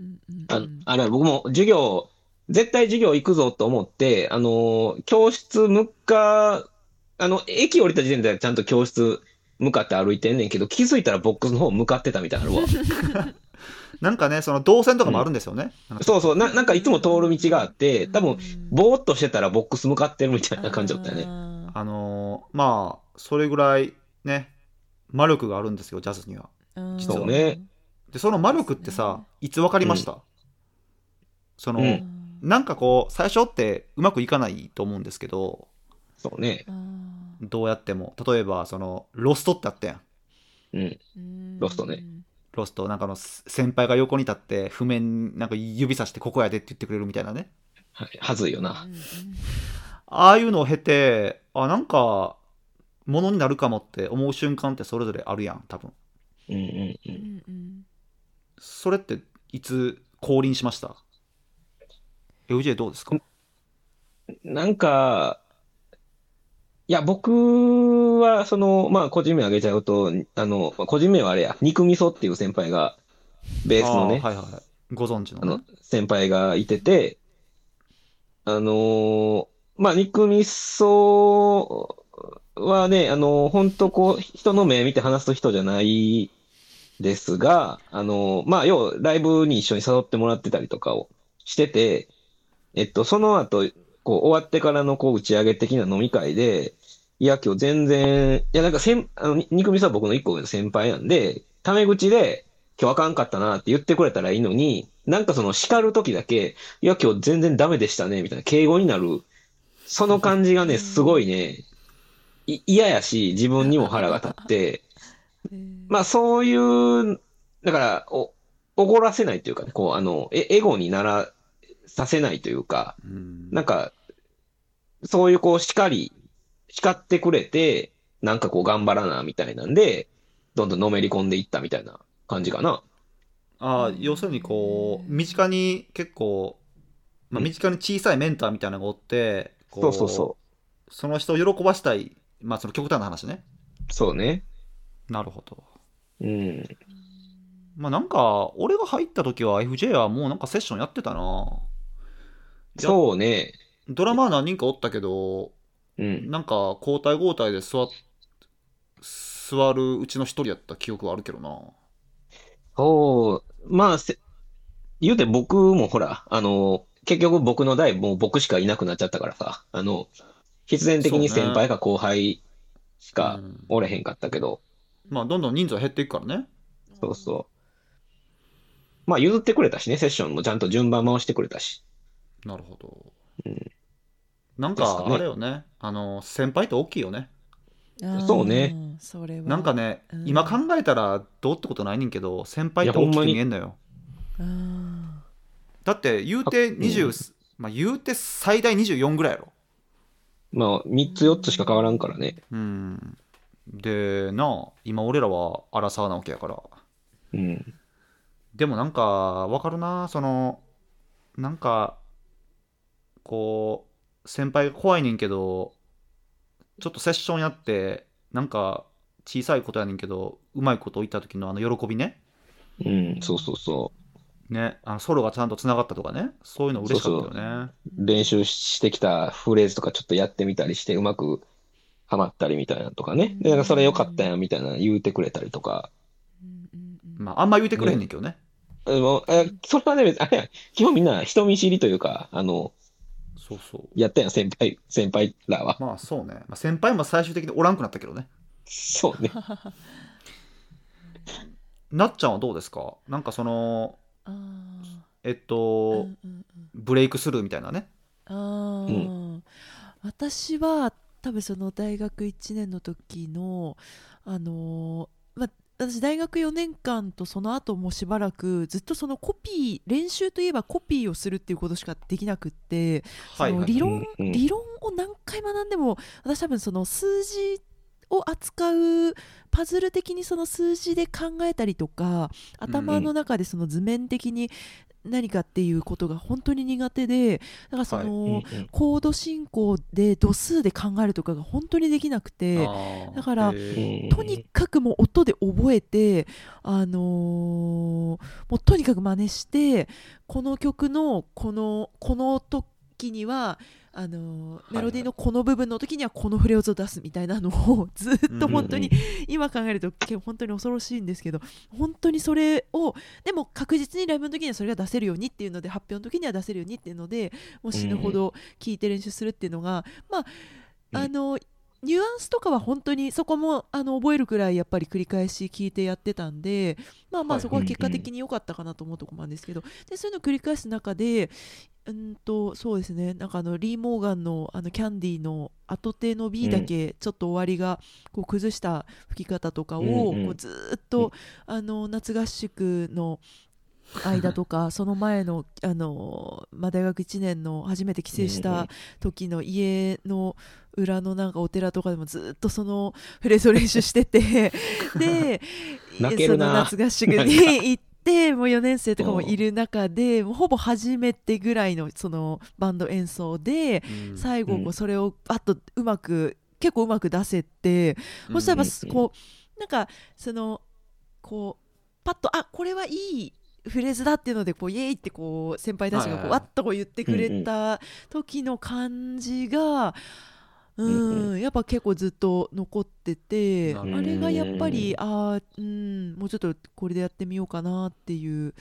S4: うんうんう
S3: あ
S4: ん
S3: あれ、僕も授業、絶対授業行くぞと思って、あのー教室向か、あの、駅降りた時点ではちゃんと教室向かって歩いてんねんけど、気づいたらボックスの方向かってたみたいなの
S4: [LAUGHS]
S3: は。
S2: なんかねその動線とかもあるんですよね、なんか
S3: そうそう、ななんかいつも通る道があって、多
S4: う
S3: 分、
S4: ん
S3: ぼーっとしてたらボックス向かってるみたいな感じだったよね。
S4: あ
S2: あのーまあそれぐらいね魔力があるんですよジャズには
S4: ー
S2: 実は
S3: ね
S2: でその魔力って
S4: です
S2: さ
S4: ね
S2: いつ分かりました、その、
S3: う
S4: あ
S3: ん
S4: ー
S2: なんかこう最初ってうまくいかないと思うんですけど
S3: そうね。
S4: あー
S2: どうやっても例えばそのロストってあったやん
S3: うん。
S4: うん
S3: ロストね
S2: ロストなんかのす先輩が横に立って譜面なんか指さしてここやでって言ってくれるみたいなね
S3: はい、はずいよ
S4: う
S3: な。
S4: んうん
S2: ああいうのを経てあなんかものになるかもって思う瞬間ってそれぞれあるやん多分
S3: うんうんう。
S4: うんんうん
S2: それっていつ降臨しました ?LJ どうですか
S3: なんか、いや、僕は、その、まあ、個人名あげちゃうと、あの、まあ個人名はあれや、肉味噌っていう先輩が、ベースのね、
S2: あーはいはいはい。ご存知の
S3: あ
S2: ね、
S3: の、先輩がいてて、あのーまあ、肉味噌はね、あのー、本当こう、人の目見て話す人じゃないですが、あのーまあ、要はライブに一緒に誘ってもらってたりとかをしてて、えっと、その後、こう、終わってからのこう、打ち上げ的な飲み会で、いや、今日全然、いや、なんか先、あの、に肉味噌は僕の一個上の先輩なんで、タメ口で、今日あかんかったなって言ってくれたらいいのに、なんかその叱るときだけ、いや、今日全然ダメでしたね、みたいな敬語になる。その感じがね、すごいね、い嫌やし、自分にも腹が立って、
S4: えー
S3: まあそういう、だから、お、怒らせないというかね、こう、あの、え、エゴにならさせないというか、
S2: うん
S3: なんか、そういうこう叱り、叱ってくれて、なんかこう頑張らな、みたいなんで、どんどんのめり込んでいったみたいな感じかな。
S2: ああ要するにこう身近に結構、まあ、
S3: うん
S2: 身近に小さいメンターみたいなのがおってこ
S3: そうそうそう
S2: その人を喜ばしたいまあその極端な話ね
S3: う。そうね。
S2: なるほど
S3: うん。
S2: まあなんか俺が入った時は FJ はもうなんかセッションやってたな
S3: そうね。
S2: ドラマー何人かおったけど
S3: うん。
S2: なんか交代交代で座っ座るうちの一人やった記憶はあるけどな
S3: そう、まあ、せ言うて僕もほら、あの、結局僕の代、もう僕しかいなくなっちゃったからさ、あの、必然的に
S2: そうね
S3: 先輩か後輩し
S2: う
S3: か
S2: ん
S3: おれへんかったけど、
S2: まあどんどん人数は減っていくからね
S3: そうそう。まあ譲ってくれたしね、セッションもちゃんと順番回してくれたし。
S2: なるほど、
S3: うん
S2: なん
S3: ですか
S2: か
S3: ね
S2: あれよねあの先輩って大きいよね
S4: あー
S3: そうね
S4: それは
S2: なんかね、
S4: うん
S2: 今考えたらどうってことないねんけど先輩って大きく見えんのよ
S4: あ
S2: だって言うて20、
S3: うん
S2: まあ、言うて最大24ぐらいやろ
S3: まあ、3つ4つしか変わらんからね。
S2: うんでなあ今俺らは荒沢なわけやから
S3: うん。
S2: でもなんかわかるなそのなんかこう先輩が怖いねんけどちょっとセッションやってなんか小さいことやねんけどうまいこと言った時のあの喜びね
S3: うん、そうそうそう。
S2: ねあのソロがちゃんとつながったとかねそういうの嬉しかったよね
S3: 練習してきたフレーズとかちょっとやってみたりして、うまくハマったりみたいなのとかね。で、なんかそれ良かったやんみたいなの言うてくれたりとか。
S4: ーうんうんうん
S2: まああんま言うてくれへんねんけどね
S3: でもえそれはね、別にあれやん基本みんな人見知りというか、あの、
S2: そうそう
S3: やったやん、先輩、先輩らは。
S2: まあそうね、まあ、先輩も最終的におらんくなったけどね
S3: そうね。
S2: なっちゃんはどうですかなんかその
S4: あー
S2: えっ
S4: うん
S2: と、
S4: うんうん
S2: ブレイクスルーみたいなね
S4: あー私は多分その大学1年の時のあのーまあ私大学4年間とその後もしばらくずっとそのコピー練習といえばコピーをするっていうことしかできなくって
S2: はい、
S4: そ
S2: は
S4: の
S2: い、
S4: 理論、
S3: うんうん
S4: 理論を何回学んでも私多分その数字を扱うパズル的にその数字で考えたりとか頭の中でその図面的に何かっていうことが本当に苦手でだからその、
S3: うん
S4: コード進行で度数で考えるとかが本当にできなくて。
S2: あー
S4: だから
S2: へ
S3: う
S2: ー
S3: ん
S4: とにかくもう音で覚えて、あのーもうとにかく真似してこの曲のこのこの時にはあのー
S2: いはい
S4: メロディーのこの部分の時にはこのフレーズを出すみたいなのを [LAUGHS] ずっと本当に、今考えるとけ本当に恐ろしいんですけど本当にそれをでも確実にライブの時にはそれが出せるようにっていうので発表の時には出せるようにっていうのでもう死ぬほど聞いて練習するっていうのが、まあ
S3: うん
S4: あの、ニュアンスとかは本当にそこもあの覚えるくらいやっぱり繰り返し聞いてやってたんでまあま
S2: は
S4: あ
S2: い
S4: そこは結果的に良かったかなと思うところなんですけど、でそういうのを繰り返す中でうんとそうですねなんかあのリー・モーガンのあのキャンディーの後手の B だけちょっと終わりがこう崩した吹き方とかを
S3: うんうん
S4: こうずーっと、あの夏合宿の間とか [LAUGHS] その前のあの、まあ、大学1年の初めて帰省し
S3: うんうん
S4: た時の家の裏のなんかお寺とかでもずっとそのフレーズを練習し
S3: [LAUGHS]
S4: ててで
S3: 泣けるな
S4: その夏合宿に行ってもう4年生とかもいる中でもうほぼ初めてぐらいのそのバンド演奏で
S2: うん
S4: 最後こ
S3: う
S4: うんそれをバッとうまく結構うまく出せてそしたらやっぱ
S3: うん
S4: こうなんかそのこうパッとあこれはいいフレーズだっていうのでこうイエーイってこう先輩たちが
S2: はい
S4: こ
S2: は
S4: う
S2: い
S4: わっとこう言ってくれた時の感じが
S3: うん
S4: うんやっぱ結構ずっと残ってて
S2: な
S4: あ
S2: るほど
S4: れがやっぱりあーうんもうちょっとこれでやってみようかなっていう。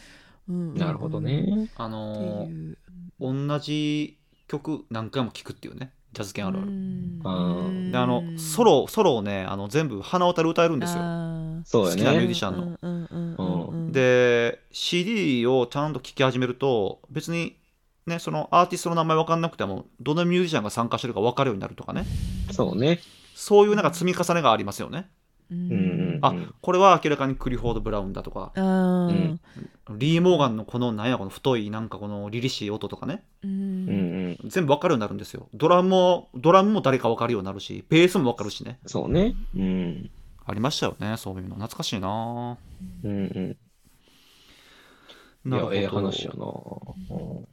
S4: うんうんうん
S3: なるほど。ね。
S2: あ
S4: って
S2: のー
S4: いう。
S2: 同じ曲何回も聴くっていうねジャズ圏あるある、
S3: うん
S2: であのソロソロをねあの全部鼻歌で歌えるんですよ
S4: よ。
S3: そう
S2: 好きな
S3: だ
S2: ミュー
S3: ね
S2: ジ。シャンの
S4: の
S2: で CD をちゃんと聴き始めると別にねそのアーティストの名前分かんなくてもどのミュージシャンが参加してるか分かるようになるとかね
S3: そうね。
S2: そういうなんか積み重ねがありますよね
S4: う
S3: う
S4: ん
S3: んうん。
S2: あこれは明らかにクリフォード・ブラウンだとか
S4: あー
S2: リー・モーガンのこのなんやこの太いなんかこの凛々しい音とかね
S4: う
S3: うん
S4: ん
S3: うん。
S2: 全部分かるようになるんですよドラムもドラムも誰か分かるようになるしベースも分かるしね
S3: そうね。うん。
S2: ありましたよねそういうの懐かしいな
S3: うんうん。い
S2: な
S3: や
S2: るほ、ど
S3: ええ話やな。うん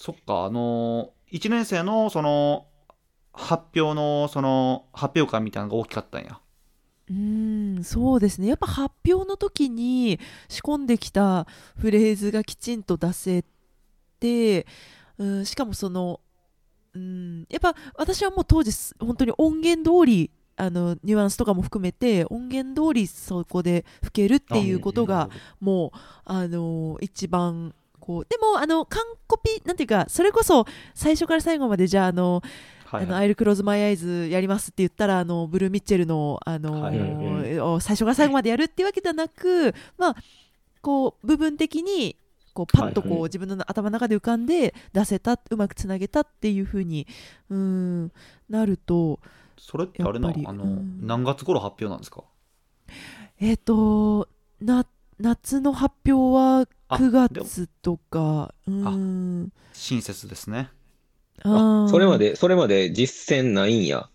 S2: そっかあの1年生のその発表のその発表会みたいなのが大きかったんや
S4: うんそうですねやっぱ発表の時に仕込んできたフレーズがきちんと出せて、うん、しかもそのうんやっぱ私はもう当時す本当に音源通りあのニュアンスとかも含めて音源通りそこで吹けるっていうことがもうあの一番こうでもあの完コピなんていうかそれこそ最初から最後までじゃああの
S2: はい
S4: あの
S2: は
S4: ア
S2: い、
S4: イルクローズマイアイズやりますって言ったらあのブルーミッチェルのあの、
S2: はい
S4: 最初から最後までやるっていうわけではなく、まあこう部分的にこうパッとこう、
S3: はいはい
S4: 自分の頭の中で浮かんで出せたうまくつなげたっていうふうにうんなると
S2: それってあれな
S4: やっぱり
S2: あの、
S4: うん
S2: 何月頃発表なんですか
S4: えっ、とな夏の発表は
S2: あ
S4: 9月とかうん
S2: 親切ですね
S4: あー
S3: それまで、それまで実践ないんや。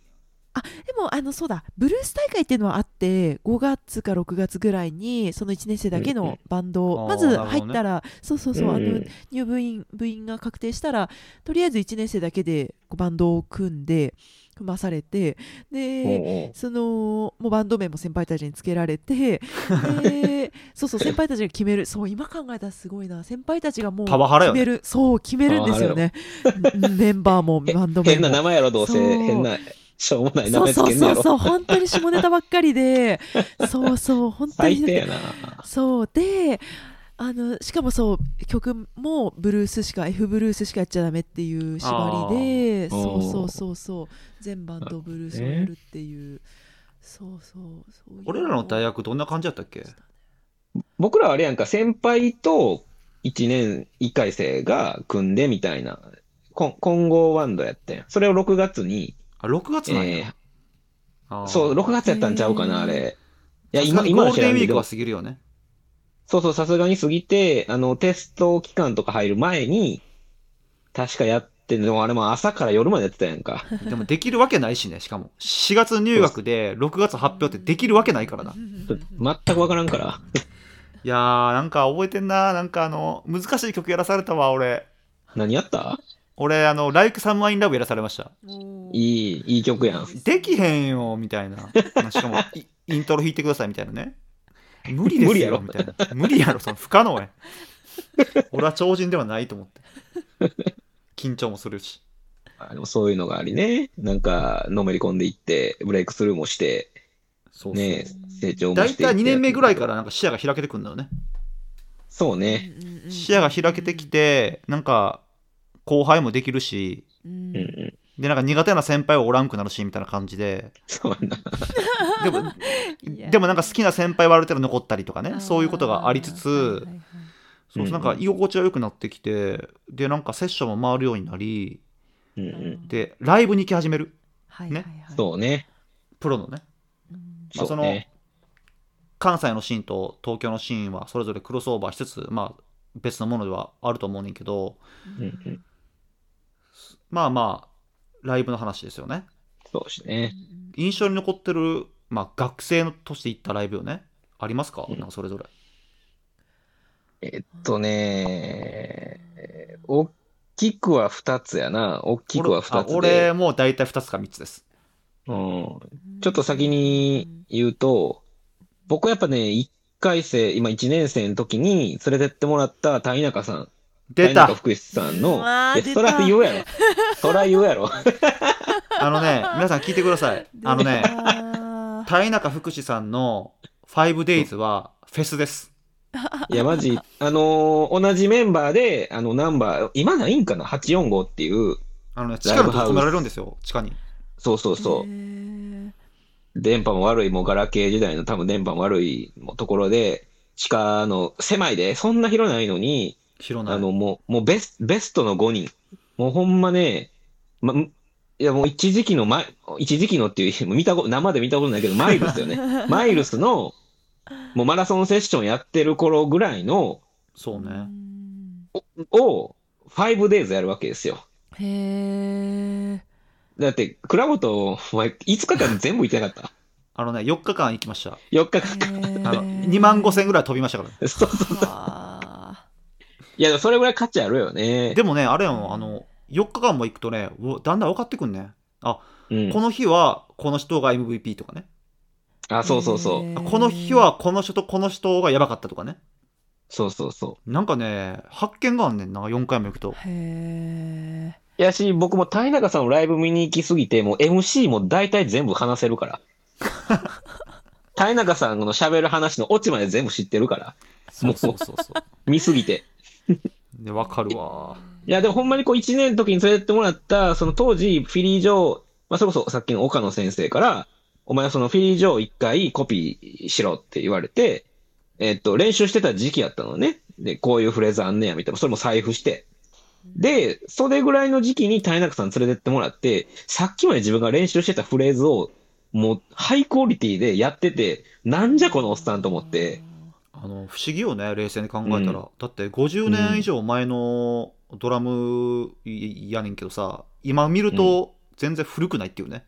S4: でもあのそうだブルース大会っていうのはあって5月か6月ぐらいにその1年生だけ
S3: うんうん
S4: のバンド、
S2: あー
S4: ま
S2: な
S4: ず
S2: るほどね
S4: 入ったら、そうそうそう、
S3: ん
S4: あの入部員部員が確定したらとりあえず1年生だけでこうバンドを組んで組まされてで、
S3: おうおう
S4: そのもうバンド名も先輩たちにつけられてで
S2: [LAUGHS]
S4: そうそう先輩たちが決めるそう今考えたらすごいな先輩たちがもう
S2: パワハラよ
S4: 決
S2: ね
S4: めるそう決めるんですよねメンバーも
S3: へ
S4: バンド名
S3: 変
S4: も
S3: な名前やろ、どうせ。
S4: そう
S3: 変な、しょうもない名
S4: そう
S3: 前つ
S4: そう
S3: けんの
S4: そ
S3: や
S4: う
S3: ろ。
S4: そう本当に下ネタばっかりでそうそう本当に
S3: 最低やな。
S4: そうであのしかもそう曲もブルースしか F ブルースしかやっちゃダメっていう縛り
S3: あー
S4: でそうそう
S3: おー
S4: そうそう全バンドブルースをやるっていう、そうそうそういう
S2: 俺らの大学どんな感じだったっけ
S3: 僕らはあれやんか、先輩と1年、1回生が組んでみたいな、こん混合バンドやってん。それを6月に、
S2: あ6月なんや、
S3: えー
S2: あー
S3: そう、6月やったんちゃうか
S4: へー
S3: な、あれ。い
S2: さ
S3: や、
S2: すが
S3: 今、
S2: に
S3: 今
S2: ゴー
S3: の
S2: ルデ
S3: 知
S2: ン
S3: らん
S2: ウィ
S3: け
S2: ーク
S3: ど
S2: は、過ぎるよね
S3: そうそう、さすがに過ぎて、あの、テスト期間とか入る前に、確かやってんの、でもあれも朝から夜までやってたやん [LAUGHS] か。
S2: でもできるわけないしねしかも4月入学で6月発表ってできるわけないからな
S3: ちょっと全くわからんから。
S2: いやーなんか覚えてんななんかあの難しい曲やらされたわ俺
S3: 何やった
S2: 俺あの「Like Someone in Love」やらされました
S4: もう
S3: いい、いい曲やん。
S2: できへんよみたいなしかもイイントロ弾いてくださいみたいなね無理で
S3: 無
S2: す
S3: 理や
S2: よ
S3: ろ
S2: みたいな無理やろその不可能や俺は超人ではないと思って緊張もするし
S3: あでもそういうのがありね。なんか、のめり込んでいって、ブレイクスルーもして、
S2: そうそう
S3: ね、成長も
S2: 大
S3: して。。
S2: 体2年目ぐらいかららなんか視野が開けてくるんだよね
S3: そうね。
S4: うんうんうん
S2: 視野が開けてきてなんか後輩もできるし
S4: うん
S3: うんうん。
S2: でなんか苦手な先輩はおらんくなるしみたいな感じで
S3: そうやな。
S2: でも
S4: いや
S2: でもなんか好きな先輩はある程度残ったりとかねそういうことがありつつ、
S4: はいはいはい
S2: そう
S3: うん
S2: なんか居心地は良くなってきてでなんかセッションも回るようになり
S3: うんうん。
S2: でライブに行き始める
S4: はい
S2: ね
S4: はいはい
S3: そうね。
S2: プロのね
S4: うん
S2: まあ
S3: そうね。
S2: 関西のシーンと東京のシーンはそれぞれクロスオーバーしつつまあ別のものではあると思うねんけど
S3: うんうん。
S2: まあまあライブの話ですよね
S3: そうしね。
S2: 印象に残ってる、まあ、学生として行ったライブよねありますか
S3: うん
S2: なんかそれぞれ
S3: えっとね、大きくは2つやな。大きくは2つで。
S2: 俺あ俺もう大体2つか3つです
S3: うん。ちょっと先に言うと、僕はやっぱね、1回生、今1年生の時に連れてってもらった谷中さん。
S2: 出
S3: 谷 [LAUGHS]
S2: た
S3: 中福士さんの
S4: うわ、ー
S3: いや
S4: 出た
S3: そら言うや
S4: [LAUGHS]
S3: ろ。そら言うやろ。
S2: あのね皆さん聞いてくださいあのね
S4: あー
S2: 田井中福士さんの 5days はフェスです
S3: いや、マジ、あのー同じメンバーで、あの、ナンバー、今ないんかな ?845 っていう、
S2: あのね、地
S3: ライ
S2: 下
S3: ブ
S2: のとこ
S3: ハウス
S2: 止められるんですよ、地下に。
S3: そうそうそ
S4: へー
S3: う、電波も悪い、もうガラケー時代の多分電波も悪いもうところで、地下の狭いで、そんな広ないのに、
S2: 広
S3: あ
S2: ない。
S3: の、もう、もうベスベストの5人。もうほんまね、ま、むいやもう一時期のマイ、一時期のっていう、 [LAUGHS] 見たこと、生で見たことないけど、マイルスよ
S2: [LAUGHS]
S3: ね。マイルスの、もうマラソンセッションやってる頃ぐらいの、
S2: そうね。
S3: を、5days やるわけですよ。
S4: へえ。
S3: だって、倉本、お前、5日間全部行ってな
S2: [LAUGHS]
S3: かった。
S2: あのね、4日間行きました。
S3: 4日
S2: あの2万5千ぐらい飛びましたから。
S3: 間。そうそう。
S4: わ
S3: いや、でもそれぐらい価値あるよね。
S2: でもね、あれやもん、あの、4日間も行くとね、うわだんだん分かってくんね。あ、
S3: うん
S2: この日はこの人が MVP とかね。
S3: あ、そうそうそ
S4: へ
S3: う。
S4: ー
S2: あこの日はこの人とこの人がやばかったとかね。
S3: そうそうそ [LAUGHS]
S2: なんかね、発見があんねんな、4回も行くと
S4: ー。へえ。
S3: やし、僕も谷中さんのライブ見に行きすぎて、もう MC も大体全部話せるから。谷中さんの喋る話のオチまで全部知ってるから。
S2: そうそうそうそう。
S3: 見すぎて。
S2: で、わかるわ。
S3: いや、でもほんまにこう1年の時に連れてってもらった、その当時、フィリー・ジョー、まあ、それこそさっきの岡野先生から、お前はそのフィリー・ジョー一回コピーしろって言われて、えっと、練習してた時期やったのね。で、こういうフレーズあんねや、みたいな。それも財布して。で、それぐらいの時期に谷中さん連れてってもらって、さっきまで自分が練習してたフレーズを、もう、ハイクオリティでやってて、なんじゃこのおっさんと思って。
S2: あの、不思議よね、冷静に考えたら。
S3: うん
S2: だって、50年以上前のドラムやねんけどさ、今見ると全然古くないっていうね。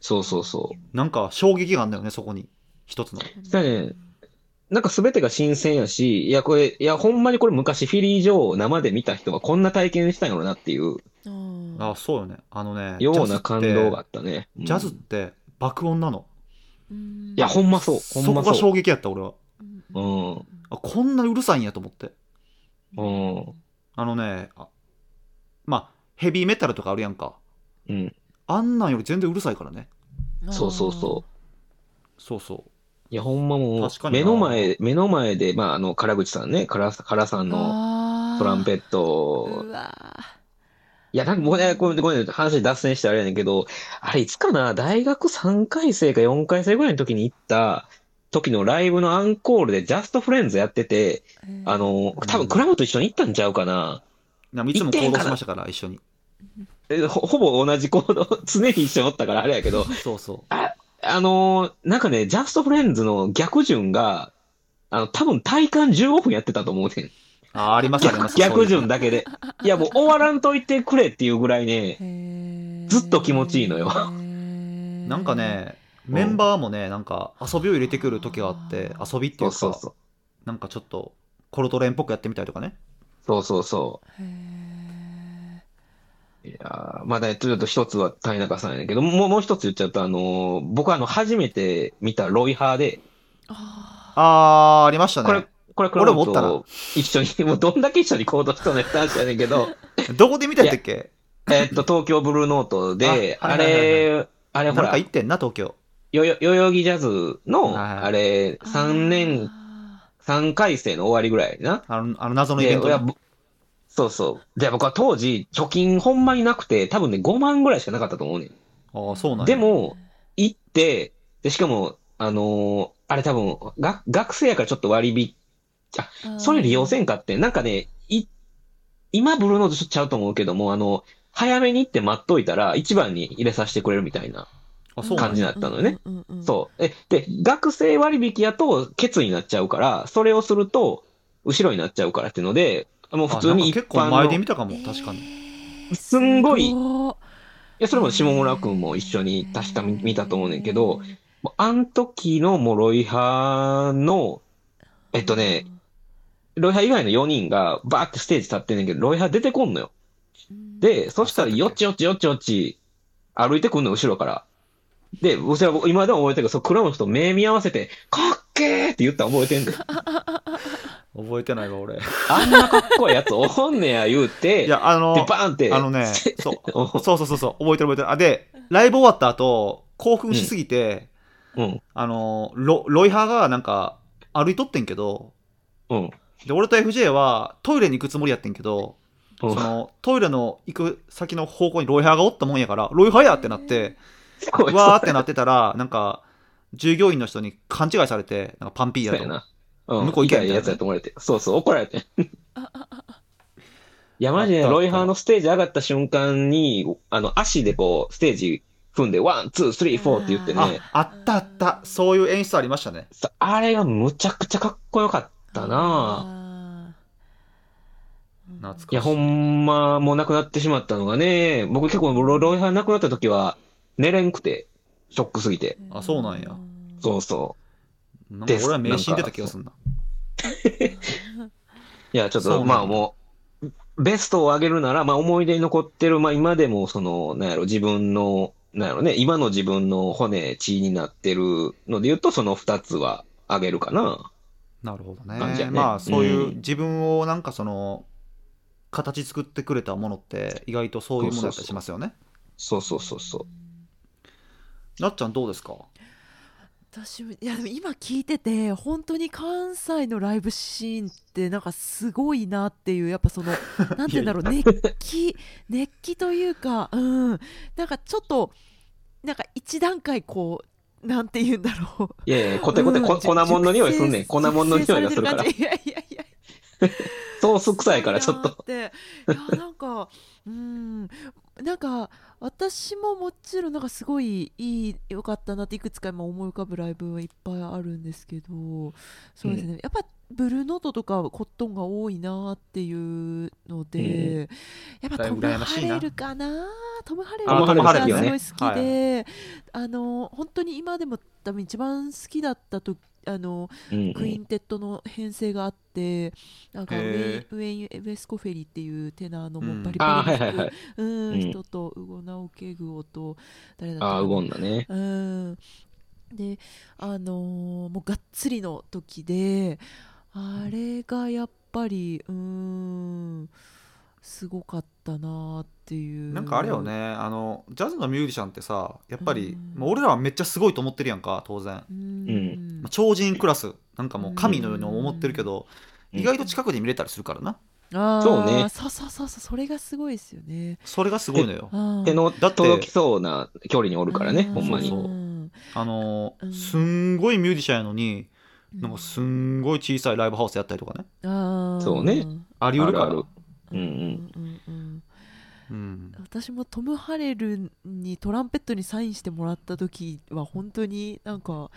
S3: そうそうそう。
S2: なんか衝撃があんだよね、そこに。一つの。
S3: そうやね。なんか全てが新鮮やし、いや、これ、いや、ほんまにこれ昔フィリー・ジョーを生で見た人がこんな体験したんやろなっていう
S4: あ
S2: あ、そうよね。あのね、
S3: よう
S2: ジャズっ
S3: な
S2: て
S3: 感動があったね。うん
S2: ジャズって爆音なの。
S4: い
S3: いや、ほんまそう。ほ
S2: そ
S3: ん
S2: こ
S3: ま
S2: が
S3: そう。
S2: 衝撃やった、俺は。
S3: うん。
S2: あ、こんなうるさいんやと思って。
S3: うん。
S2: あのね、あまあ、ヘビーメタルとかあるやんか。
S3: うん。
S2: あんなんより全然うるさいからね。
S3: そうそうそう。
S2: そうそう。
S3: いや、ほんまも
S2: 確か
S3: う、
S2: にな
S3: 目の前、目の前で、まあ、あの、唐口さんね、唐唐さんの
S4: の
S3: トランペ
S4: ッ
S3: ットを
S4: うわ
S3: いや、なんかもうね、ごめんごめん、話脱線してあれやねんけど、あれいつかな、大学3回生か4回生ぐらいの時に行った時のライブのアンコールでジャストフレンズやってて、
S4: ー
S3: あの、多分クラムと一緒に行ったんちゃうかな。
S2: でもいつも行動しましたから、一緒
S3: [LAUGHS]
S2: に。
S3: えほ、ほぼ同じ行動、 [LAUGHS] 常に一緒におったからあれやけど、
S2: そうそう。
S3: あの、なんかね、ジャストフレンズの逆順が、あの、多分体感15分やってたと思うねん。
S2: あ、ありました、ありま
S3: 逆、
S2: した。
S3: 逆順
S2: だ。
S3: だけで。いや、もう終わらんといてくれっていうぐらい
S4: [LAUGHS]
S3: ね、
S4: へー
S3: ずっと気持ちいいのよ
S4: へー
S2: なんかね、メンバーもね、なんか遊びを入れてくる時があって、遊びってい
S3: そううそう
S2: か、
S3: そう。
S2: なんかちょっとコルトレーンっぽくやってみたりとかね。
S3: そうそうそう。
S4: へー
S3: いやーまだ、ちょっと一つは谷中さんやけど、もう、もう一つ言っちゃうと、あのー僕はあの、初めて見たロイハーで、
S4: あ
S2: あー、ありましたね。
S3: これ、クラ
S2: 俺
S3: ム
S2: もおったな
S3: と一緒に、 [LAUGHS] もうどんだけ一緒に行動したのやったんやねん
S2: [LAUGHS]
S3: けど、
S2: どこで見たやったっけ
S3: えっと、東京ブルーノートで、
S2: あは
S3: あ
S2: いはいはい
S3: れ、あれ
S2: なん
S3: ほ
S2: から行、ってんな、東京。
S3: よよ、代々木ジャズ
S2: は
S3: の、
S2: いはい
S3: あれ、
S4: ー
S3: 3年、
S4: あ
S3: 3回生の終わりぐらいやな。
S2: あの、あの謎のイベ
S3: で、
S2: ント
S3: 俺は
S2: ね。
S3: ぼ、そうそう。で、僕は当時、貯金ほんまになくて、多分ね、5万ぐらいしかなかったと思うねん。
S2: あー、そうなんや
S3: で、も、行って、で、しかも、あのーあれ多分、が、学生やからちょっと割引、
S4: ー
S3: それ利用せんかって、なんかね、い、今ブルーノートちょっとちゃうと思うけども、あの、早めに行って待っといたら、一番に入れさせてくれるみたいな
S2: あ、そうなん
S3: 感じ
S2: や
S3: になったのよね。
S4: うんうんうんうん
S3: そう。え、で、学生割引やと、ケツになっちゃうから、それをすると、後ろになっちゃうからっていうので、もう普通に
S2: あ
S3: 一
S2: なんか結
S3: 般
S2: 構
S3: の
S2: 前で見たかも、確かに。
S4: に
S3: すんごい
S4: そ
S3: いや、それも下村くんも一緒に確か見見たと思うねんけど、もうあん時のもうロイハーの、えっとね、ロイハー以外の4人がバーってステージ立ってんねんけど、ロイハー出てこんのよ。で、そしたらよっちよっちよっちよっち歩いてくんの、後ろから。で、僕は今でも覚えてるけど、そう、クラムと目見合わせて、かっけーって言ったら覚えてん
S2: [LAUGHS]
S3: ねん。
S2: 覚えてないわ、俺。い
S3: あんなかっこいいやつおんねや言うて、で、
S2: や、あの
S3: バ、ーンって、
S2: あの
S3: [LAUGHS]
S2: ね、そう。
S3: お
S2: そうそうそうそう、覚えてる覚えてる。あ、で、ライブ終わった後、興奮しすぎて、
S3: うん、
S2: あの、ロ、ロイハーがなんか、歩いとってんけど、
S3: うん、
S2: で、俺と FJ はトイレに行くつもりやってんけど、
S3: う
S2: そ
S3: [LAUGHS] ん。
S2: の、トイレの行く先の方向にロイハーがおったもんやから、ロイハーやってなって、うわーってなってたら、なんか、従業員の人に勘違いされて、なんかパンピー
S3: そう
S2: や
S3: や
S2: と。
S3: な。うん、
S2: 向こう行けみたいな
S3: やつやと思われて。そうそう、怒られて。いや、マジ
S2: あっ
S3: で、
S2: たあった
S3: ロイハーのステージ上がった瞬間に、あの、足でこう、ステージ踏んで、ワン、ツー、スリー、フォーって言って
S2: あ
S3: ね、、
S2: あったあった。そういう演出ありましたね。
S3: さあれがむちゃくちゃかっこよかったなぁ
S2: 懐
S4: な
S2: かし
S3: いや、ほんま、もう亡くなってしまったのがね、僕結構ロ、ロイハー亡くなった時は、寝れんくて、ショックすぎて。
S2: あそうなんや
S3: そうそう。
S2: なんか俺は迷信出た気がすんな。
S3: いや、ちょっ
S2: そうな
S3: と、
S2: んだ
S3: まあもう、ベストをあげるなら、まあ思い出に残ってる、まあ今でも、その、なんやろ、自分の、なんやろね、今の自分の骨、血になってるので言うと、その二つはあげるかな。
S2: なるほど
S3: 感じ
S2: ね。
S3: やね
S2: まあ、そういう
S3: うん
S2: 自分をなんかその、形作ってくれたものって意外とそういうものだったりしますよね。
S3: そうそうそうそう。
S2: なっちゃんどうですか
S4: 私もいやでも今聞いてて本当に関西のライブシーンってなんかすごいなっていうやっ
S2: [LAUGHS]
S4: ぱそのなんて言うんだろう熱気熱気というかうんなんかちょっとなんか一段階こうなんて言うんだろう
S3: いやいや、こてこて、こ粉もんの匂いすんねん。粉もんの匂いがするから。
S4: いやいやいや
S3: ソース臭いから、ちょっ
S4: な
S3: と。
S4: ーっていやなんかうんなんか私ももちろんなんかすごいいい良かったなっていくつか今思い浮かぶライブはいっぱいあるんですけどそうですね、やっぱブルーノートとかコットンが多いなっていうの
S3: え
S4: で、やっ
S2: だ
S4: ぱ
S2: い
S4: ト
S2: ぶ
S4: ム・
S2: 羨ま
S4: ハ
S2: しい
S4: レ
S2: な
S4: ルかなトム・ハレル
S3: あ
S4: が
S3: トムハレル
S4: す
S3: ね
S4: ごい好きで、あの本当に今でも多分一番好きだったとあの
S3: うん
S4: クインテッドの編成があって、なんかウェイ
S2: へ
S4: ウェイン・ウェスコフェリーっていうテナーのも
S2: うん
S4: うバリ
S3: ああ、
S4: バ
S3: はい
S4: リ
S3: は
S4: 弾
S3: いはい
S4: く。うん
S3: うん
S4: 人とウゴナオケグオと誰だった
S3: ああ、
S4: かな
S3: うごんだね。
S4: うんであのーもうがっつりの時であれがやっぱりうーんすごかったなっていう
S2: なんかあれよね、あのジャズのミュージシャンってさやっぱり、
S4: うん
S2: まあ、俺らはめっちゃすごいと思ってるやんか当然、ま
S4: うん、
S2: あ超人クラスなんかもう神のように思ってるけど、
S3: うん
S2: 意外と近くで見れたりするからな
S4: あー
S3: そうね
S4: そうそうそうそうそれがすごいですよね
S2: それがすごいのよ
S4: あー
S3: 手の
S2: だって
S3: 届きそうな距離におるからね、ほんまに
S2: そう。そう
S4: うん
S2: あの
S4: うん
S2: すんごいミュージシャンやのに
S4: う
S2: なんかすんごい小さいライブハウスやったりとかね
S4: あー
S3: そうね
S2: ありうるから
S3: あるある
S4: うん
S3: うん
S4: うんうん
S2: うん、
S4: 私もトム・ハレルにトランペットにサインしてもらった時は本当になん [LAUGHS] か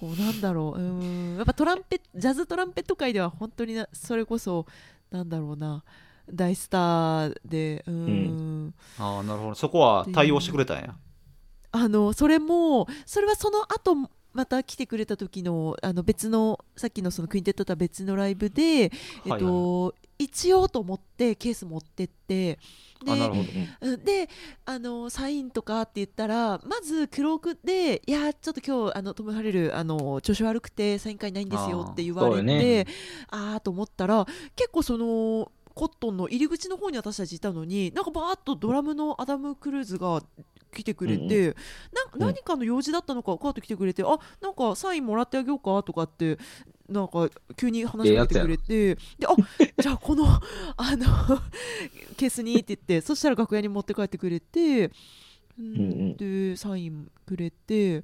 S4: こうなんだろううーんやっぱトランペジャズトランペット界では本当になそれこそなんだろうな大スターでうーん
S2: ああなるほどそこは対応してくれたんや
S4: あのそれもそれはその後また来てくれた時のあの別のさっきのそのクインテットとは別のライブで、えっと、一応と思ってケース持ってってで
S2: あなるほど
S4: うんであのサインとかって言ったらまず黒くで「いやーちょっと今日あのトム・ハレルあの調子悪くてサイン会ないんですよ」って言わ
S3: あー
S4: れ
S3: そうよね
S4: てあー、あと思ったら結構そのコットンの入り口の方に私たちいたのになんかバーッとドラムのアダム・クルーズが来てくれ
S3: うん
S4: て、なん何かの用事だったのかカート来てくれてあなんかサインもらってあげようかとかってなんか急に話しかけてくれてであじゃあこのあの [LAUGHS] ケースにって言ってそしたら楽屋に持って帰ってくれて、うん
S3: うんうん
S4: でサインくれて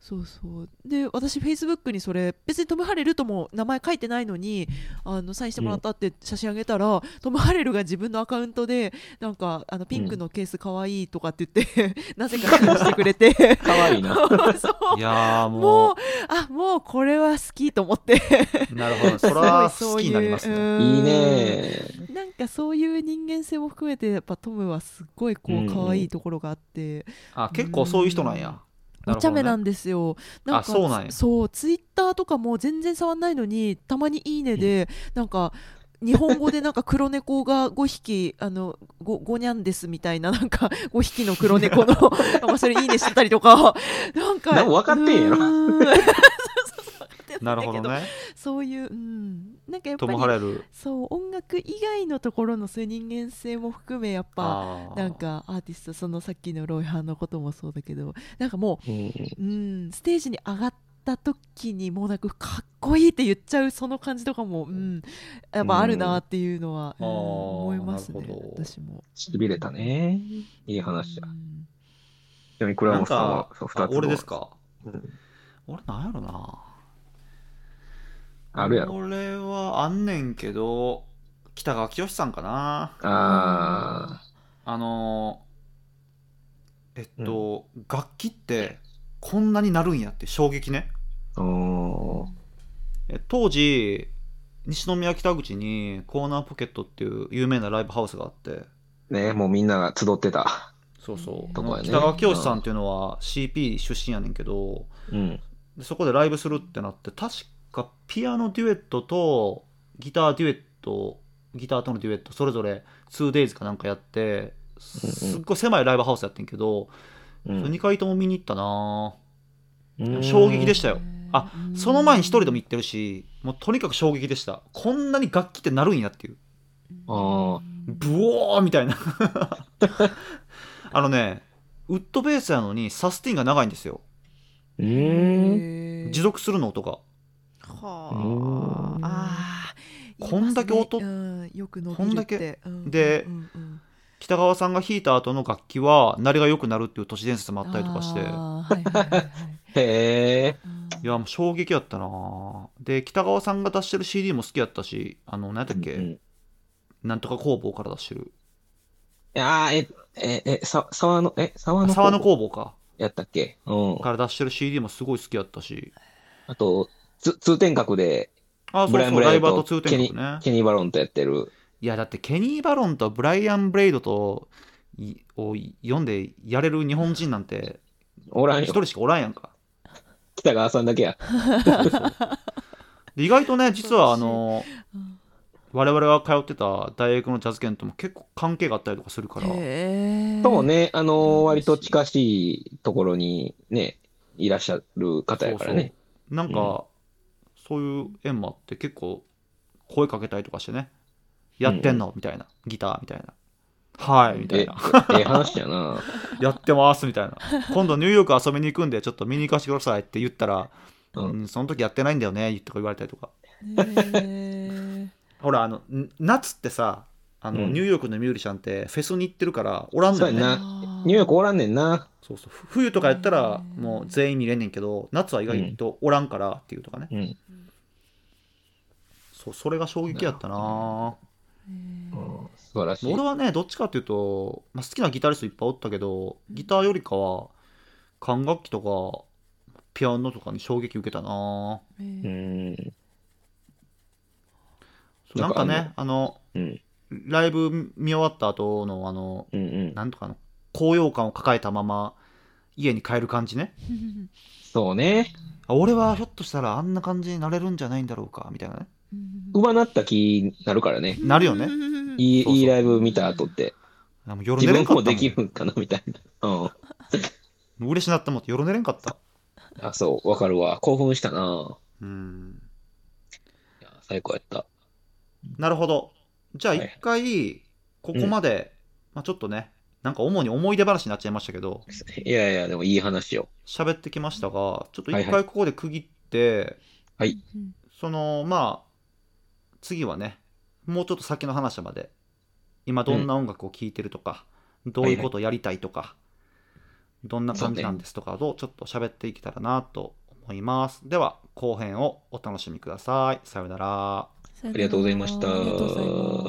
S4: そうそうで私フェイスブックにそれ別にトム・ハレルとも名前書いてないのにあのサインしてもらったって写真あげたら、トム・ハレルが自分のアカウントでなんかあのピンクのケースかわいいとかって言って、 [LAUGHS] なぜかシェアしてくれて [LAUGHS]
S3: かわいいな。
S4: そう
S2: いやー
S4: もう
S2: も
S4: あもうこれは好きと思って
S2: うなるほ
S4: [LAUGHS]
S2: どそれは
S4: すごい
S2: 好
S4: そう
S2: き
S4: いう
S2: になりますね
S4: うん
S3: いいね。
S4: なんかそういう人間性も含めてやっぱトムはすっごい
S3: う
S4: こ
S3: ん
S4: う可愛いところがあって、
S2: あ結構そういう人なんや
S4: お茶目な
S2: だ
S4: んですよ。なんか
S2: そうなんや
S4: そうツイッターとかも全然触んないのにたまに「いいねで」なんか日本語でなんか黒猫が5匹あのごごにゃんですみたいななんか5匹の黒猫の [LAUGHS] なんかそれ「いいね」してたりとかなんか
S3: でも分かってんやろ
S2: [LAUGHS]
S4: うーん [LAUGHS] そうそうそう分かってん
S2: なる
S4: だけ
S2: ほどね
S4: そういう、うん、なんかやっ
S2: ト
S4: ぱ
S2: ム・
S4: り
S2: ハレル
S4: そう音楽以外のところのそういう人間性も含めやっぱ
S2: あー
S4: なんかアーティストそのさっきのロイハンのこともそうだけどなんかもう、うん、ステージに上がった時にもうなんかかっこいいって言っちゃうその感じとかも、うん、やっぱあるなっていうのは、
S2: うん
S4: うん
S2: あー
S4: 思います
S2: なる
S4: ね
S2: ほど
S4: 私も。
S3: しびれたね。いい話だ
S4: う。ん
S3: ちなみに、倉
S2: なん
S3: 本さんは
S2: か、
S3: そう二
S2: あ
S3: つの。
S2: 俺ですか
S3: うん
S2: 俺なんやろな
S3: あるやろ。
S2: 俺はあんねんけど北川きよしさんかな
S3: あ
S2: あのーえっと、楽器ってこんなになるんやって衝撃ね
S3: あ。おー
S2: え当時西宮北口にコーナーポケットっていう有名なライブハウスがあって
S3: ねもうみんなが集ってた。
S2: そうそう、
S3: とこやね
S2: 北川きよしさんっていうのは CP 出身やねんけど
S3: うん。
S2: でそこでライブするってなって確かピアノデュエットとギターデュエットギターとのデュエットそれぞれ 2days かなんかやってすっごい狭いライブハウスやってんけど、
S3: う
S2: それ2
S3: ん
S2: 回とも見に行ったな
S3: うん
S2: 衝撃でしたよあ
S4: うん
S2: その前に一人でも行ってるしもうとにかく衝撃でしたこんなに楽器ってなるんやっていう
S3: ああ。
S2: ブオーみたい
S3: [LAUGHS]
S2: なあのねウッドベースなのにサスティンが長いんですよ
S3: う
S4: へ
S3: ん。
S4: ー
S2: 持続するの音が
S4: は
S3: うん
S4: ああー
S2: こんだけ音
S4: 言いますねうん、よく伸びるって
S2: こんだけ
S4: うんうんうん
S2: で
S4: うん
S2: 北川さんが弾いた後の楽器は鳴りが良くなるっていう都市伝説もあったりとかして
S4: あーはいはいはいはい
S3: へえ。
S4: うん
S2: いやもう衝撃やったなで北川さんが出してる CD も好きやったしあの何やったっけ、
S3: うん
S2: なんとか工房から出してる
S3: ああ、え、え、え、さ、沢の、え、沢の
S2: 沢野工房か
S3: やったっけうん。
S2: から出してる CD もすごい好きやったし
S3: あと、つ通天閣で、
S2: あそう
S3: ブライアン・
S2: そう
S3: ブ
S2: ラ
S3: レ
S2: イ
S3: イ
S2: バー
S3: ド
S2: と通
S3: と
S2: 天
S3: ケニ
S2: 国ね
S3: ー、ケニー・バロンとやってる。
S2: いやだってケニー・バロンとブライアン・ブレイドといを読んでやれる日本人なんて
S3: おらん
S2: 一
S3: よ。
S2: 人しかおらんやんか
S3: 北川さんだけや。
S2: で意外と
S4: [LAUGHS]
S2: ね実はあの
S4: うん
S2: 我々が通ってた大学のジャズ研とも結構関係があったりとかするから
S4: へえ
S3: そうね、あのー、割と近しいところにね、いらっしゃる方やからね。
S2: なんか、そういう縁もあって結構声かけたりとかしてねやってんの、みたいなギターみたいなはいみたいな
S3: え、ええ話やな。
S2: やってますみたい
S4: [LAUGHS]
S2: な今度ニューヨーク遊びに行くんでちょっと見に行かせてくださいって言ったら、う
S3: うん
S2: んその時やってないんだよねとか言われたりとか
S3: [LAUGHS]
S4: ね
S2: ほらあのん夏ってさあの、
S3: うん
S2: ニューヨークのミュージシャンってフェスに行ってるからおらんのよ
S3: そう
S2: ね
S3: やな
S4: あ
S3: ニューヨークおらんねんな。
S2: そうそうふ冬とかやったら
S4: うん
S2: もう全員見れんねんけど夏は意外とおらんからっていうとかね、
S3: うん。
S2: そうそれが衝撃やったな
S4: へ
S3: う
S4: ー
S3: ん素晴らしい
S2: 俺。はねどっちかっていうと、まあ、好きなギタリストいっぱいおったけどギターよりかは管楽器とかピアノとかに衝撃受けたな
S3: う
S4: へー
S3: ん。
S2: そうなんかねあの
S3: うん。
S2: ライブ見終わった後のあの
S3: うんうん。
S2: なんとかの高揚感を抱えたまま家に帰る感じね
S3: そうね。
S2: あ俺はひょっとしたらあんな感じになれるんじゃないんだろうかみたいなね
S3: 上なった気になるからね。
S2: なるよね
S3: いい、
S2: そうそう
S3: いいライブ見た後って。
S2: あもう夜
S3: 自
S2: 寝れんか
S3: 分も
S2: った
S3: で
S2: も
S3: きるんかなみたいな。うん。
S2: んもう嬉しなったもんって夜寝れんかった
S3: あ、そう、わかるわ。興奮したな。
S2: うん
S3: いや最高やった。
S2: なるほどじゃあ
S3: はい
S2: 一回ここまで、まあ、ちょっとねなんか主に思い出話になっちゃいましたけど
S3: いやいや、でもいい話よ。
S2: 喋ってきましたがちょっと
S3: はい
S2: 一
S3: は
S2: 回ここで区切って、
S4: うん
S2: そのまあ次はねもうちょっと先の話まで今どんな音楽を聴いてるとか、どういうことをやりたいとか、どんな感じなんですとかをちょっと喋っていけたらなと思います、では後編をお楽しみくださいさようなら
S4: さよなら
S3: ありがとうございました
S4: ありがとうございます